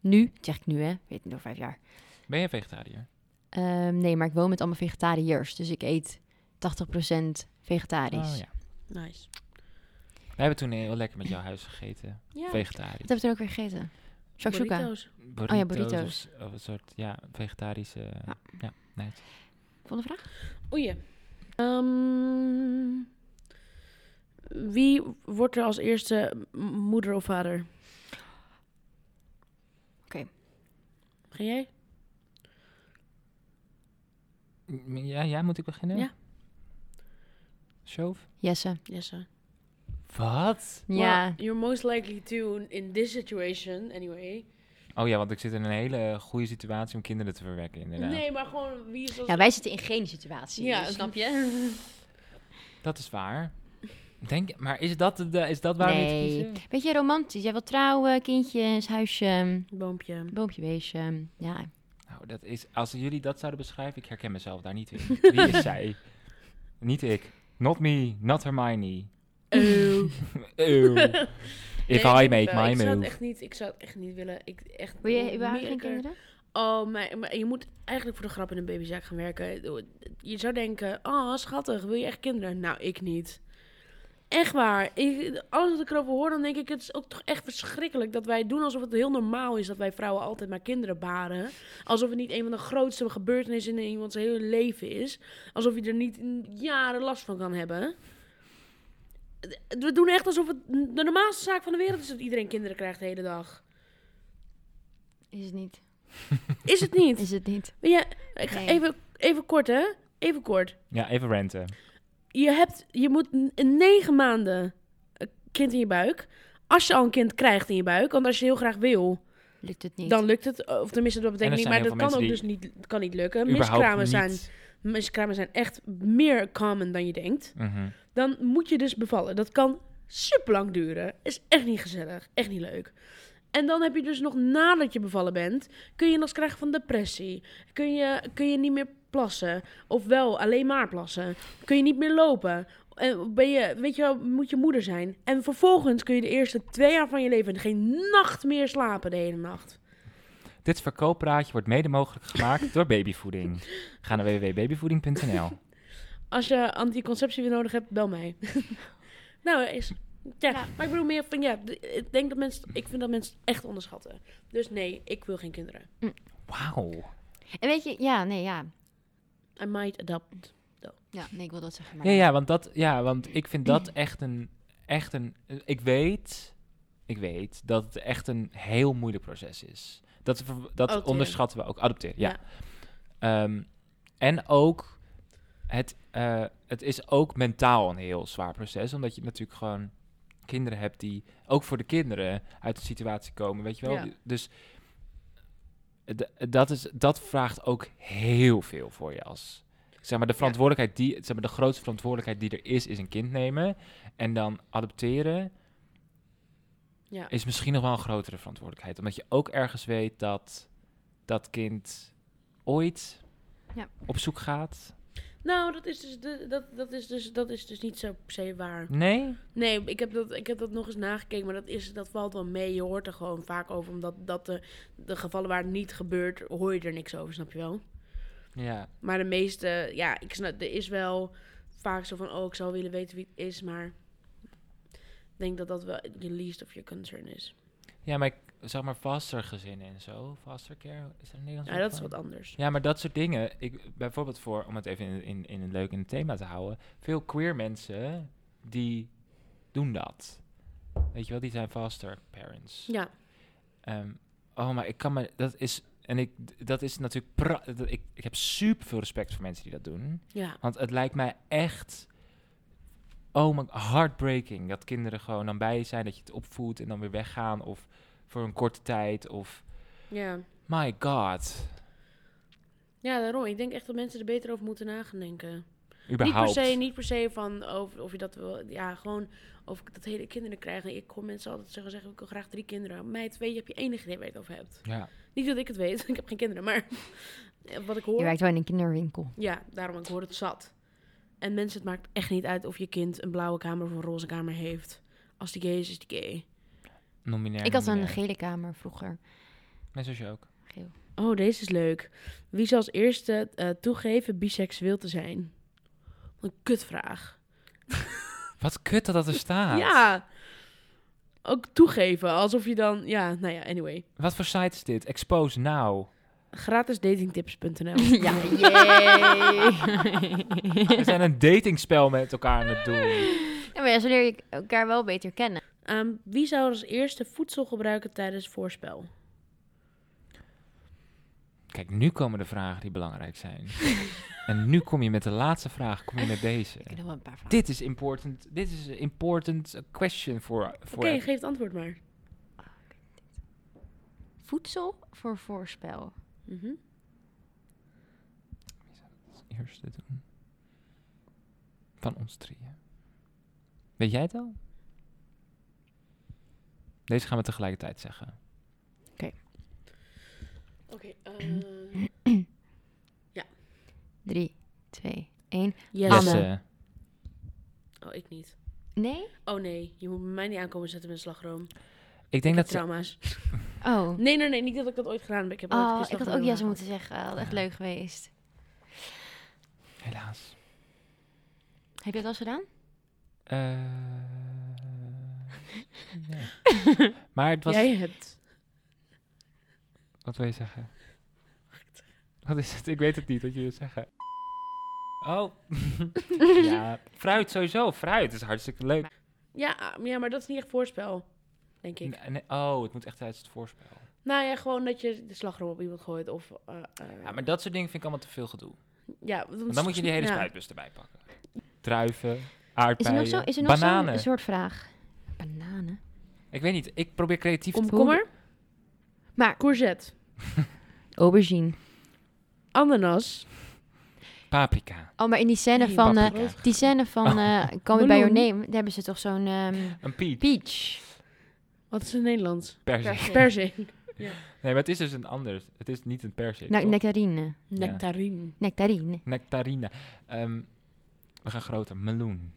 Speaker 3: Nu, dat zeg ik nu, hè. Ik Weet niet, over vijf jaar.
Speaker 1: Ben je vegetariër?
Speaker 3: Ehm, nee, maar ik woon met allemaal vegetariërs. Dus ik eet 80% vegetarisch.
Speaker 1: Oh, ja.
Speaker 2: Nice.
Speaker 1: We hebben toen heel lekker met jouw huis gegeten.
Speaker 2: Ja,
Speaker 1: Vegetarisch.
Speaker 3: Wat heb je toen ook weer gegeten? Shakshuka.
Speaker 2: burrito's.
Speaker 1: Burritos
Speaker 3: ja, burrito's.
Speaker 1: Of, of een soort, ja, vegetarische...
Speaker 3: Ja.
Speaker 1: Ja, nice.
Speaker 3: Volgende vraag?
Speaker 2: Oei, Ehm, wie wordt er als eerste m- moeder of vader?
Speaker 3: Oké.
Speaker 2: Ga jij?
Speaker 1: M- Ja, ja, moet ik beginnen?
Speaker 2: Ja.
Speaker 1: Shove?
Speaker 3: Jesse.
Speaker 2: Jesse.
Speaker 1: Wat?
Speaker 3: Ja.
Speaker 2: Well, you're most likely to in this situation, anyway.
Speaker 1: Oh ja, want ik zit in een hele goede situatie om kinderen te verwekken, inderdaad.
Speaker 2: Nee, maar gewoon wie is als...
Speaker 3: Ja, wij zitten in geen situatie,
Speaker 2: Ja.
Speaker 3: dus snap je?
Speaker 1: Dat is waar. Denk, maar is dat, de, is dat waar we het
Speaker 3: Nee.
Speaker 1: kiezen?
Speaker 3: Beetje romantisch. Jij wilt trouwen, kindjes, huisje,
Speaker 2: Boompje.
Speaker 3: boompje weesje. Ja.
Speaker 1: Nou, dat is, als jullie dat zouden beschrijven, ik herken mezelf daar niet in. Wie is zij? Niet ik. Not me, not Hermione.
Speaker 2: Ew.
Speaker 1: Ew. If
Speaker 2: Nee,
Speaker 1: I make
Speaker 2: wel.
Speaker 1: my
Speaker 2: ik zou het
Speaker 1: move.
Speaker 2: echt niet, Ik zou het echt niet willen. Ik, echt,
Speaker 3: Wil je
Speaker 2: meer
Speaker 3: überhaupt geen
Speaker 2: een keer-
Speaker 3: kinderen?
Speaker 2: Oh, maar, maar je moet eigenlijk voor de grap in een babyzaak gaan werken. Je zou denken, oh schattig, wil je echt kinderen? Nou, ik niet. Echt waar. Ik, alles wat ik erover hoor, dan denk ik, het is ook toch echt verschrikkelijk dat wij doen alsof het heel normaal is dat wij vrouwen altijd maar kinderen baren. Alsof het niet een van de grootste gebeurtenissen in iemands hele leven is. Alsof je er niet in jaren last van kan hebben. We doen echt alsof het de normaalste zaak van de wereld is dat iedereen kinderen krijgt de hele dag.
Speaker 3: Is het niet.
Speaker 2: Is het niet?
Speaker 3: Is het niet.
Speaker 2: Maar Ja, ik ga
Speaker 3: Nee.
Speaker 2: even, even kort, hè? Even kort.
Speaker 1: Ja, even ranten.
Speaker 2: Je, hebt, je moet n- in negen maanden een kind in je buik. Als je al een kind krijgt in je buik, want als je heel graag wil,
Speaker 3: Lukt het niet.
Speaker 2: dan lukt het. Of tenminste, dat
Speaker 1: En er
Speaker 2: betekent niet,
Speaker 1: zijn
Speaker 2: maar
Speaker 1: heel
Speaker 2: dat
Speaker 1: veel
Speaker 2: kan ook dus
Speaker 1: mensen
Speaker 2: niet, het kan niet lukken.
Speaker 1: Überhaupt
Speaker 2: Miskramen
Speaker 1: niet.
Speaker 2: zijn, miskramen zijn echt meer common dan je denkt.
Speaker 1: Mhm.
Speaker 2: Dan moet je dus bevallen. Dat kan super lang duren. Is echt niet gezellig, echt niet leuk. En dan heb je dus nog nadat je bevallen bent, kun je last krijgen van depressie. Kun je, kun je niet meer plassen. Of wel alleen maar plassen. Kun je niet meer lopen. En ben je, weet je wel, moet je moeder zijn. En vervolgens kun je de eerste twee jaar van je leven geen nacht meer slapen de hele nacht.
Speaker 1: Dit verkooppraatje wordt mede mogelijk gemaakt door babyvoeding. Ga naar www.babyvoeding.nl.
Speaker 2: Als je anticonceptie weer nodig hebt, bel mij. nou, is. Ja, maar ik bedoel meer van ja, d- ik denk dat mensen, ik vind dat mensen het echt onderschatten. Dus nee, ik wil geen kinderen.
Speaker 1: Wauw.
Speaker 3: En weet je, ja, nee, ja.
Speaker 2: I might adopt.
Speaker 3: Ja, nee, ik wil dat zeggen. Maar
Speaker 1: Ja, ja, want dat, ja, want ik vind dat echt een, echt een, ik weet, ik weet dat het echt een heel moeilijk proces is. Dat, ver- dat
Speaker 2: Adopteren.
Speaker 1: onderschatten we ook. Adopteren, ja. Ehm, en ook, het, eh, het is ook mentaal een heel zwaar proces, omdat je natuurlijk gewoon kinderen hebt die ook voor de kinderen uit een situatie komen, weet je wel.
Speaker 2: Ja.
Speaker 1: Dus eh, d- dat, is, dat vraagt ook heel veel voor je als. Zeg maar, de verantwoordelijkheid die, zeg maar, de grootste verantwoordelijkheid die er is, is een kind nemen. En dan adopteren
Speaker 2: Ja.
Speaker 1: is misschien nog wel een grotere verantwoordelijkheid. Omdat je ook ergens weet dat dat kind ooit
Speaker 3: Ja.
Speaker 1: op zoek gaat.
Speaker 2: Nou, dat is, dus de, dat, dat, is dus, dat is dus niet zo per se waar.
Speaker 1: Nee?
Speaker 2: Nee, ik heb, dat, ik heb dat nog eens nagekeken, maar dat, is, dat valt wel mee. Je hoort er gewoon vaak over, omdat dat de, de gevallen waar het niet gebeurt, hoor je er niks over, snap je wel?
Speaker 1: Ja.
Speaker 2: Maar de meeste, ja, ik snap, er is wel vaak zo van, oh, ik zou willen weten wie het is, maar ik denk dat dat wel the least of your concern is.
Speaker 1: Ja, maar ik, zeg maar vaster gezinnen en zo. Vaster care, is er een Nederlands
Speaker 2: Ja,
Speaker 1: woord
Speaker 2: dat is
Speaker 1: voor?
Speaker 2: wat anders.
Speaker 1: Ja, maar dat soort dingen. Ik, bijvoorbeeld voor, om het even in, in, in een leuk in het thema te houden. Veel queer mensen, die doen dat. Weet je wel, die zijn foster parents.
Speaker 2: Ja,
Speaker 1: Ehm, oh, maar ik kan me... Dat is... En ik, dat is natuurlijk... pra- dat- ik, ik heb super veel respect voor mensen die dat doen.
Speaker 2: ja.
Speaker 1: Want het lijkt mij echt... Oh my... Heartbreaking. Dat kinderen gewoon dan bij je zijn. Dat je het opvoedt en dan weer weggaan. Of voor een korte tijd. Of...
Speaker 2: Ja.
Speaker 1: My god.
Speaker 2: ja, daarom. Ik denk echt dat mensen er beter over moeten nadenken.
Speaker 1: Überhaupt.
Speaker 2: Niet per se, niet per se van over, of je dat wil. Ja, gewoon of ik dat hele kinderen krijgen. Ik hoor mensen altijd zeggen, zeggen ik wil graag drie kinderen. Meid, weet je, heb je enige idee waar je het over hebt.
Speaker 1: Ja.
Speaker 2: Niet dat ik het weet, ik heb geen kinderen, maar eh, wat ik hoor.
Speaker 3: Je werkt wel in een kinderwinkel.
Speaker 2: Ja, daarom, ik hoor het zat. En mensen, het maakt echt niet uit of je kind een blauwe kamer of een roze kamer heeft. Als die gay is, is die gay.
Speaker 1: Nominair.
Speaker 3: ik had een
Speaker 1: nominair.
Speaker 3: gele kamer vroeger.
Speaker 1: Mijn zusje ook.
Speaker 3: Geel.
Speaker 2: Oh, deze is leuk. Wie zal als eerste eh, toegeven biseksueel te zijn? Wat een kutvraag.
Speaker 1: Wat kut dat dat er staat.
Speaker 2: Ja. Ook toegeven, alsof je dan... Ja, nou ja, anyway.
Speaker 1: Wat voor site is dit? Expose now.
Speaker 2: Gratisdatingtips.nl.
Speaker 3: ja, yay.
Speaker 1: We zijn een datingspel met elkaar aan het doen.
Speaker 3: ja, Nou, maar ja, zo leer je elkaar wel beter kennen.
Speaker 2: Ehm, wie zou als eerste voedsel gebruiken tijdens voorspel?
Speaker 1: Kijk, nu komen de vragen die belangrijk zijn. en nu kom je met de laatste vraag, kom je met deze.
Speaker 3: Ik heb nog wel een paar vragen.
Speaker 1: Dit is important, dit is een important question voor... voor
Speaker 2: Oké, geef het antwoord maar.
Speaker 3: Voedsel voor voorspel.
Speaker 2: Mhm.
Speaker 1: als eerste doen. Van ons drieën. Weet jij het al? Deze gaan we tegelijkertijd zeggen.
Speaker 2: Oké.
Speaker 3: Drie, twee, één.
Speaker 2: Jesse.
Speaker 3: Anne.
Speaker 1: Jesse.
Speaker 2: Oh, ik niet.
Speaker 3: Nee?
Speaker 2: Oh nee, je moet mij niet aankomen zetten met slagroom.
Speaker 1: Ik denk dat ze-
Speaker 2: Trauma's.
Speaker 3: Oh.
Speaker 2: Nee, nee, nee, niet dat ik dat ooit gedaan heb. Ik heb ooit
Speaker 3: Oh,
Speaker 2: geen
Speaker 3: ik had ook
Speaker 2: slagroom
Speaker 3: Jesse
Speaker 2: gehad.
Speaker 3: moeten zeggen. Oh, Dat had echt leuk geweest.
Speaker 1: Helaas.
Speaker 3: Heb je dat al eens gedaan?
Speaker 1: Eh, nee. maar het was...
Speaker 2: Jij hebt.
Speaker 1: Wat wil je zeggen? Wat is het? Ik weet het niet wat je wil zeggen. Oh. ja, fruit sowieso. Fruit is hartstikke leuk.
Speaker 2: Ja, ah, ja, maar dat is niet echt voorspel, denk ik.
Speaker 1: Nee, nee, oh, het moet echt uit het voorspel.
Speaker 2: Nou ja, gewoon dat je de slagroom op iemand gooit. Of, eh, eh,
Speaker 1: Ja, maar dat soort dingen vind ik allemaal te veel gedoe.
Speaker 2: ja, want
Speaker 1: Want dan moet je die hele
Speaker 2: ja.
Speaker 1: spuitbus erbij pakken. Druiven,
Speaker 3: Is
Speaker 1: aardbeien,
Speaker 3: er nog eh, zo- is er nog
Speaker 1: bananen.
Speaker 3: zo'n soort vraag? Bananen?
Speaker 1: Ik weet niet, ik probeer creatief te...
Speaker 2: Komkommer,
Speaker 3: Maar
Speaker 2: courgette,
Speaker 3: aubergine.
Speaker 2: ananas.
Speaker 1: Paprika.
Speaker 3: Oh, maar in die scène
Speaker 2: Nee,
Speaker 3: van... eh,
Speaker 1: paprika.
Speaker 3: die scène
Speaker 2: Oh.
Speaker 3: van eh Call Me By Your
Speaker 2: Meloen.
Speaker 3: Name, daar hebben ze toch zo'n ehm,
Speaker 1: Een piet.
Speaker 3: peach.
Speaker 2: Wat is het Nederlands?
Speaker 1: Perzik.
Speaker 3: perzik.
Speaker 2: Persing.
Speaker 1: Nee, maar het is dus een ander. Het is niet een persik.
Speaker 3: Ne-
Speaker 1: toch?
Speaker 3: nectarine.
Speaker 2: Nectarine.
Speaker 3: Nectarine.
Speaker 1: Nectarine. Ehm, we gaan groter. Meloen.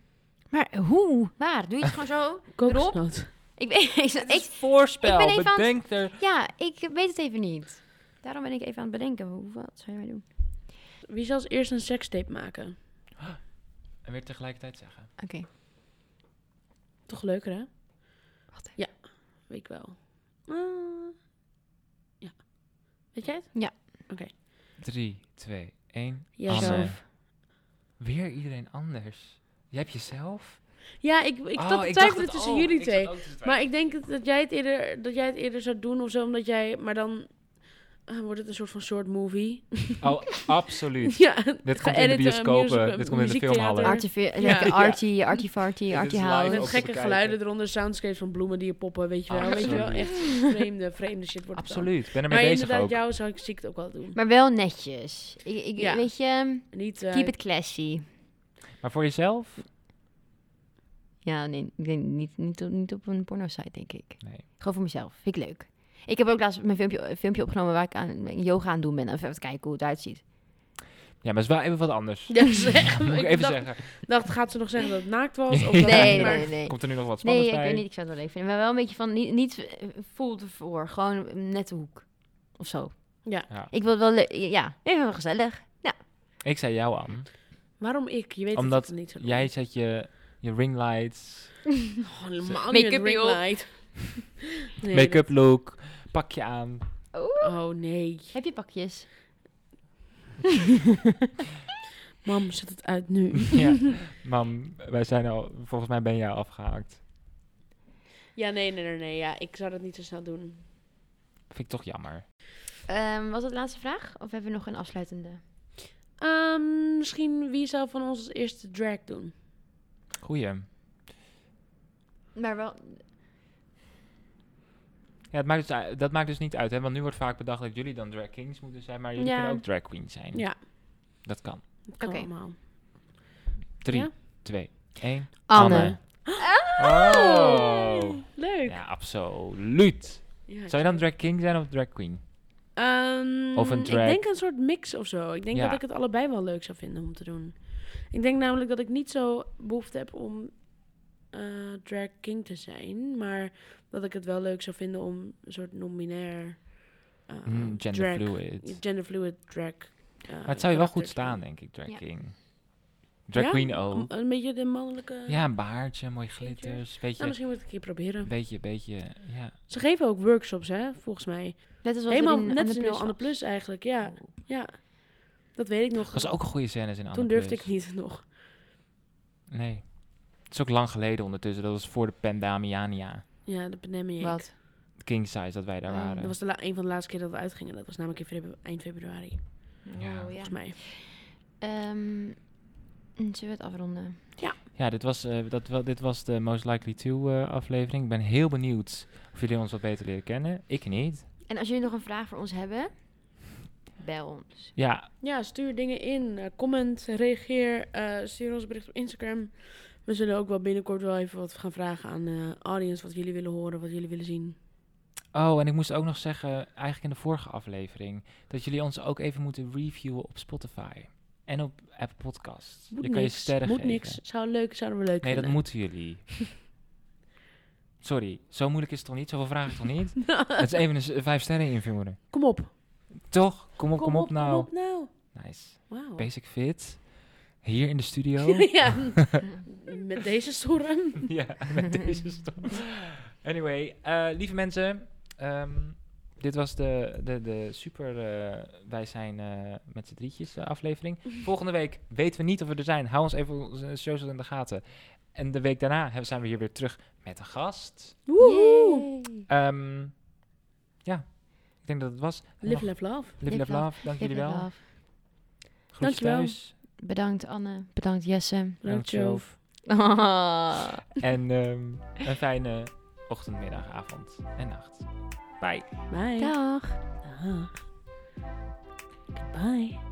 Speaker 3: Maar hoe? Waar? Doe je het gewoon zo?
Speaker 2: Kokosnoot.
Speaker 3: Ik weet ik, ik-
Speaker 1: voorspel.
Speaker 3: ik ben even aan het-
Speaker 1: Bedenk er...
Speaker 3: Ja, ik weet het even niet. Daarom ben ik even aan het bedenken. Hoe, wat zou je mij doen?
Speaker 2: Wie zal als eerst een sekstape maken?
Speaker 1: En weer tegelijkertijd zeggen.
Speaker 3: Oké.
Speaker 2: Toch leuker, hè?
Speaker 3: Wacht even.
Speaker 2: Weet ik wel. Ah, ja. Weet jij het?
Speaker 1: Drie, twee, één.
Speaker 2: Jijzelf.
Speaker 1: Anne. Weer iedereen anders. Je hebt jezelf?
Speaker 2: Ja, ik, ik
Speaker 1: Oh,
Speaker 2: zat te
Speaker 1: dacht
Speaker 2: twijfelen
Speaker 1: het
Speaker 2: tussen
Speaker 1: ook.
Speaker 2: jullie
Speaker 1: Ik zat
Speaker 2: twee.
Speaker 1: ook te twijfelen.
Speaker 2: Maar ik denk dat- dat jij het eerder, dat jij het eerder zou doen of zo, omdat jij... Maar dan eh, wordt het een soort van short movie.
Speaker 1: Oh, absoluut.
Speaker 2: ja,
Speaker 1: Dit komt in de
Speaker 2: Geëdit, eh,
Speaker 1: bioscopen.
Speaker 2: music-
Speaker 1: Dit komt in de
Speaker 2: muziektheater.
Speaker 1: filmhallen.
Speaker 3: Artifi-
Speaker 2: Ja.
Speaker 3: lekker arty, arty farty,
Speaker 1: is
Speaker 3: arty
Speaker 1: live
Speaker 3: house.
Speaker 1: ook
Speaker 2: met
Speaker 1: te
Speaker 2: gekke
Speaker 1: bekijken.
Speaker 2: geluiden eronder, soundscapes van bloemen die je poppen, weet je wel. Weet je wel,
Speaker 1: Ah, Absoluut.
Speaker 2: echt vreemde, vreemde shit wordt het dan.
Speaker 1: Absoluut. Ik ben
Speaker 2: Maar
Speaker 1: ermee bezig
Speaker 2: inderdaad,
Speaker 1: ook.
Speaker 2: jou zou ik ziek ook wel doen.
Speaker 3: Maar wel netjes. Ik, ik,
Speaker 2: Ja.
Speaker 3: Weet je,
Speaker 2: Niet, eh,
Speaker 3: keep it classy.
Speaker 1: Maar voor jezelf?
Speaker 3: Ja, nee, ik denk niet, niet, op, niet op een porno site, denk ik.
Speaker 1: Nee.
Speaker 3: Gewoon voor mezelf. Vind ik leuk. Ik heb ook laatst mijn filmpje, een filmpje opgenomen waar ik aan eh, yoga aan het doen ben. Even even kijken hoe het uitziet.
Speaker 1: Ja, maar het is wel even wat anders.
Speaker 2: Ja, zeg,
Speaker 1: Moet ik
Speaker 2: ik
Speaker 1: even
Speaker 2: dacht,
Speaker 1: zeggen.
Speaker 2: dacht, gaat ze nog zeggen dat het naakt was? Of
Speaker 1: Nee,
Speaker 2: dat-
Speaker 3: Nee,
Speaker 2: maar-
Speaker 3: nee, nee.
Speaker 1: Komt er nu nog wat
Speaker 3: Nee,
Speaker 1: spannends
Speaker 3: ik
Speaker 1: bij?
Speaker 3: weet niet. Ik zou het wel leuk vinden. Maar wel een beetje van niet, niet eh, voel ervoor. Gewoon een nette hoek. Of zo.
Speaker 2: Ja.
Speaker 1: Ja.
Speaker 3: Ik wil het wel le- Ja, even wel gezellig.
Speaker 1: Ik zei jou aan.
Speaker 2: Waarom ik? Je weet
Speaker 1: Omdat
Speaker 2: het toch niet zo.
Speaker 1: Jij zet je, je ringlights,
Speaker 2: Oh, helemaal
Speaker 3: Make-up
Speaker 2: niet met
Speaker 3: niet op.
Speaker 2: ringlight. Nee,
Speaker 1: make-up look, pak je aan.
Speaker 2: dat- Oh nee.
Speaker 3: Heb je pakjes?
Speaker 2: Mam, zet het uit nu.
Speaker 1: ja. Mam, wij zijn al, volgens mij ben jij al afgehaakt.
Speaker 2: Ja, nee, nee, nee, nee. Ja, ik zou dat niet zo snel doen.
Speaker 1: Vind ik toch jammer.
Speaker 3: Ehm, was dat de laatste vraag? Of hebben we nog een afsluitende?
Speaker 2: Ehm, misschien wie zou van ons als eerste drag doen?
Speaker 1: Goeie.
Speaker 3: Maar wel...
Speaker 1: Ja, het maakt dus, uit- dat maakt dus niet uit, hè? Want nu wordt vaak bedacht dat jullie dan drag kings moeten zijn, maar jullie
Speaker 2: Ja.
Speaker 1: kunnen ook drag queens zijn.
Speaker 2: Ja,
Speaker 1: Dat kan.
Speaker 2: dat kan
Speaker 3: Oké.
Speaker 2: allemaal.
Speaker 1: Drie,
Speaker 2: Ja?
Speaker 1: twee, één.
Speaker 3: Anne.
Speaker 1: Oh.
Speaker 2: Leuk.
Speaker 1: Ja, absoluut.
Speaker 2: Ja,
Speaker 1: Zou je dan drag king zijn of drag queen?
Speaker 2: Ehm,
Speaker 1: Of een drag?
Speaker 2: Ik denk een soort mix of zo. Ik denk
Speaker 1: Ja.
Speaker 2: dat ik het allebei wel leuk zou vinden om te doen. Ik denk namelijk dat ik niet zo behoefte heb om eh, drag king te zijn. Maar dat ik het wel leuk zou vinden om een soort non-binair... eh,
Speaker 1: Mm, gender
Speaker 2: drag-
Speaker 1: fluid.
Speaker 2: genderfluid drag... eh,
Speaker 1: Maar het zou je wel goed
Speaker 2: character te
Speaker 1: staan,
Speaker 2: doen.
Speaker 1: denk ik, drag
Speaker 3: Ja.
Speaker 1: king. Drag
Speaker 2: Ja?
Speaker 1: queen ook.
Speaker 2: Een, een beetje de mannelijke...
Speaker 1: Ja, een baardje, mooie
Speaker 2: Zeker.
Speaker 1: glitters.
Speaker 2: Nou,
Speaker 1: Beetje,
Speaker 2: misschien moet ik een keer proberen.
Speaker 1: beetje, beetje, ja.
Speaker 2: Ze geven ook workshops, hè, volgens mij.
Speaker 3: Net als wat
Speaker 2: Helemaal
Speaker 3: er in
Speaker 2: net als in
Speaker 3: Anne Plus
Speaker 2: Anne
Speaker 3: was.
Speaker 2: Plus eigenlijk, ja. Ja, dat weet ik nog.
Speaker 1: Dat was ook een goede scènes in Anne
Speaker 2: Toen durfde
Speaker 1: Plus.
Speaker 2: ik niet nog.
Speaker 1: Nee. Het is ook lang geleden ondertussen. Dat was voor de Pandamiania.
Speaker 2: Ja, de pandemie.
Speaker 3: Wat?
Speaker 1: King size dat wij daar
Speaker 3: Oh,
Speaker 1: waren.
Speaker 2: Dat was de la- een van de laatste keer dat we uitgingen. Dat was namelijk in febru- eind februari,
Speaker 1: Ja.
Speaker 3: Oh, ja.
Speaker 2: volgens mij.
Speaker 3: Ehm, zullen we het afronden?
Speaker 1: Ja, dit was, eh, dat, wel- dit was de Most Likely To eh, aflevering. Ik ben heel benieuwd of jullie ons wat beter leren kennen. Ik niet.
Speaker 3: En als jullie nog een vraag voor ons hebben, bel ons.
Speaker 1: Ja,
Speaker 2: Ja, stuur dingen in. eh, comment, reageer. eh, stuur ons een bericht op Instagram. We zullen ook wel binnenkort wel even wat gaan vragen aan eh audience. Wat jullie willen horen, wat jullie willen zien.
Speaker 1: Oh, en ik moest ook nog zeggen, eigenlijk in de vorige aflevering, dat jullie ons ook even moeten reviewen op Spotify en op Apple Podcasts.
Speaker 2: Moet
Speaker 1: je kan
Speaker 2: niks.
Speaker 1: je sterren
Speaker 2: moet
Speaker 1: geven.
Speaker 2: niks. Zou leuk, zouden we leuk
Speaker 1: Nee, dat
Speaker 2: vinden.
Speaker 1: moeten jullie. Sorry, zo moeilijk is het toch niet? Zoveel vragen toch niet? het is even een s- vijf sterren invullen.
Speaker 2: Kom op. Kom,
Speaker 1: Toch? Kom op, kom, op nou.
Speaker 2: Kom op nou.
Speaker 1: Nice.
Speaker 2: Wauw.
Speaker 1: Basic fit. Hier in de studio.
Speaker 2: ja, met deze storm.
Speaker 1: ja, met deze storm. Anyway, eh, lieve mensen. ehm, dit was de, de, de super eh, wij zijn eh, met z'n drietjes eh, aflevering. Volgende week weten we niet of we er zijn. Hou ons even op onze socials in de gaten. En de week daarna hebben- zijn we hier weer terug met een gast.
Speaker 2: Woehoe.
Speaker 3: Yay.
Speaker 1: Ehm, ja, ik denk dat het was. En nog-
Speaker 2: Live, love, love.
Speaker 1: live,
Speaker 3: Live,
Speaker 1: love, love. Dank jullie wel.
Speaker 3: Love.
Speaker 1: Groetjes
Speaker 2: Dankjewel.
Speaker 1: thuis.
Speaker 3: Bedankt Anne, bedankt Jesse.
Speaker 2: Bedankt,
Speaker 1: Dankjewel.
Speaker 2: Joof.
Speaker 3: Ah.
Speaker 1: En ehm, een fijne ochtend, middag, avond en nacht. Bye.
Speaker 2: Bye.
Speaker 3: Dag.
Speaker 2: Dag. Goodbye.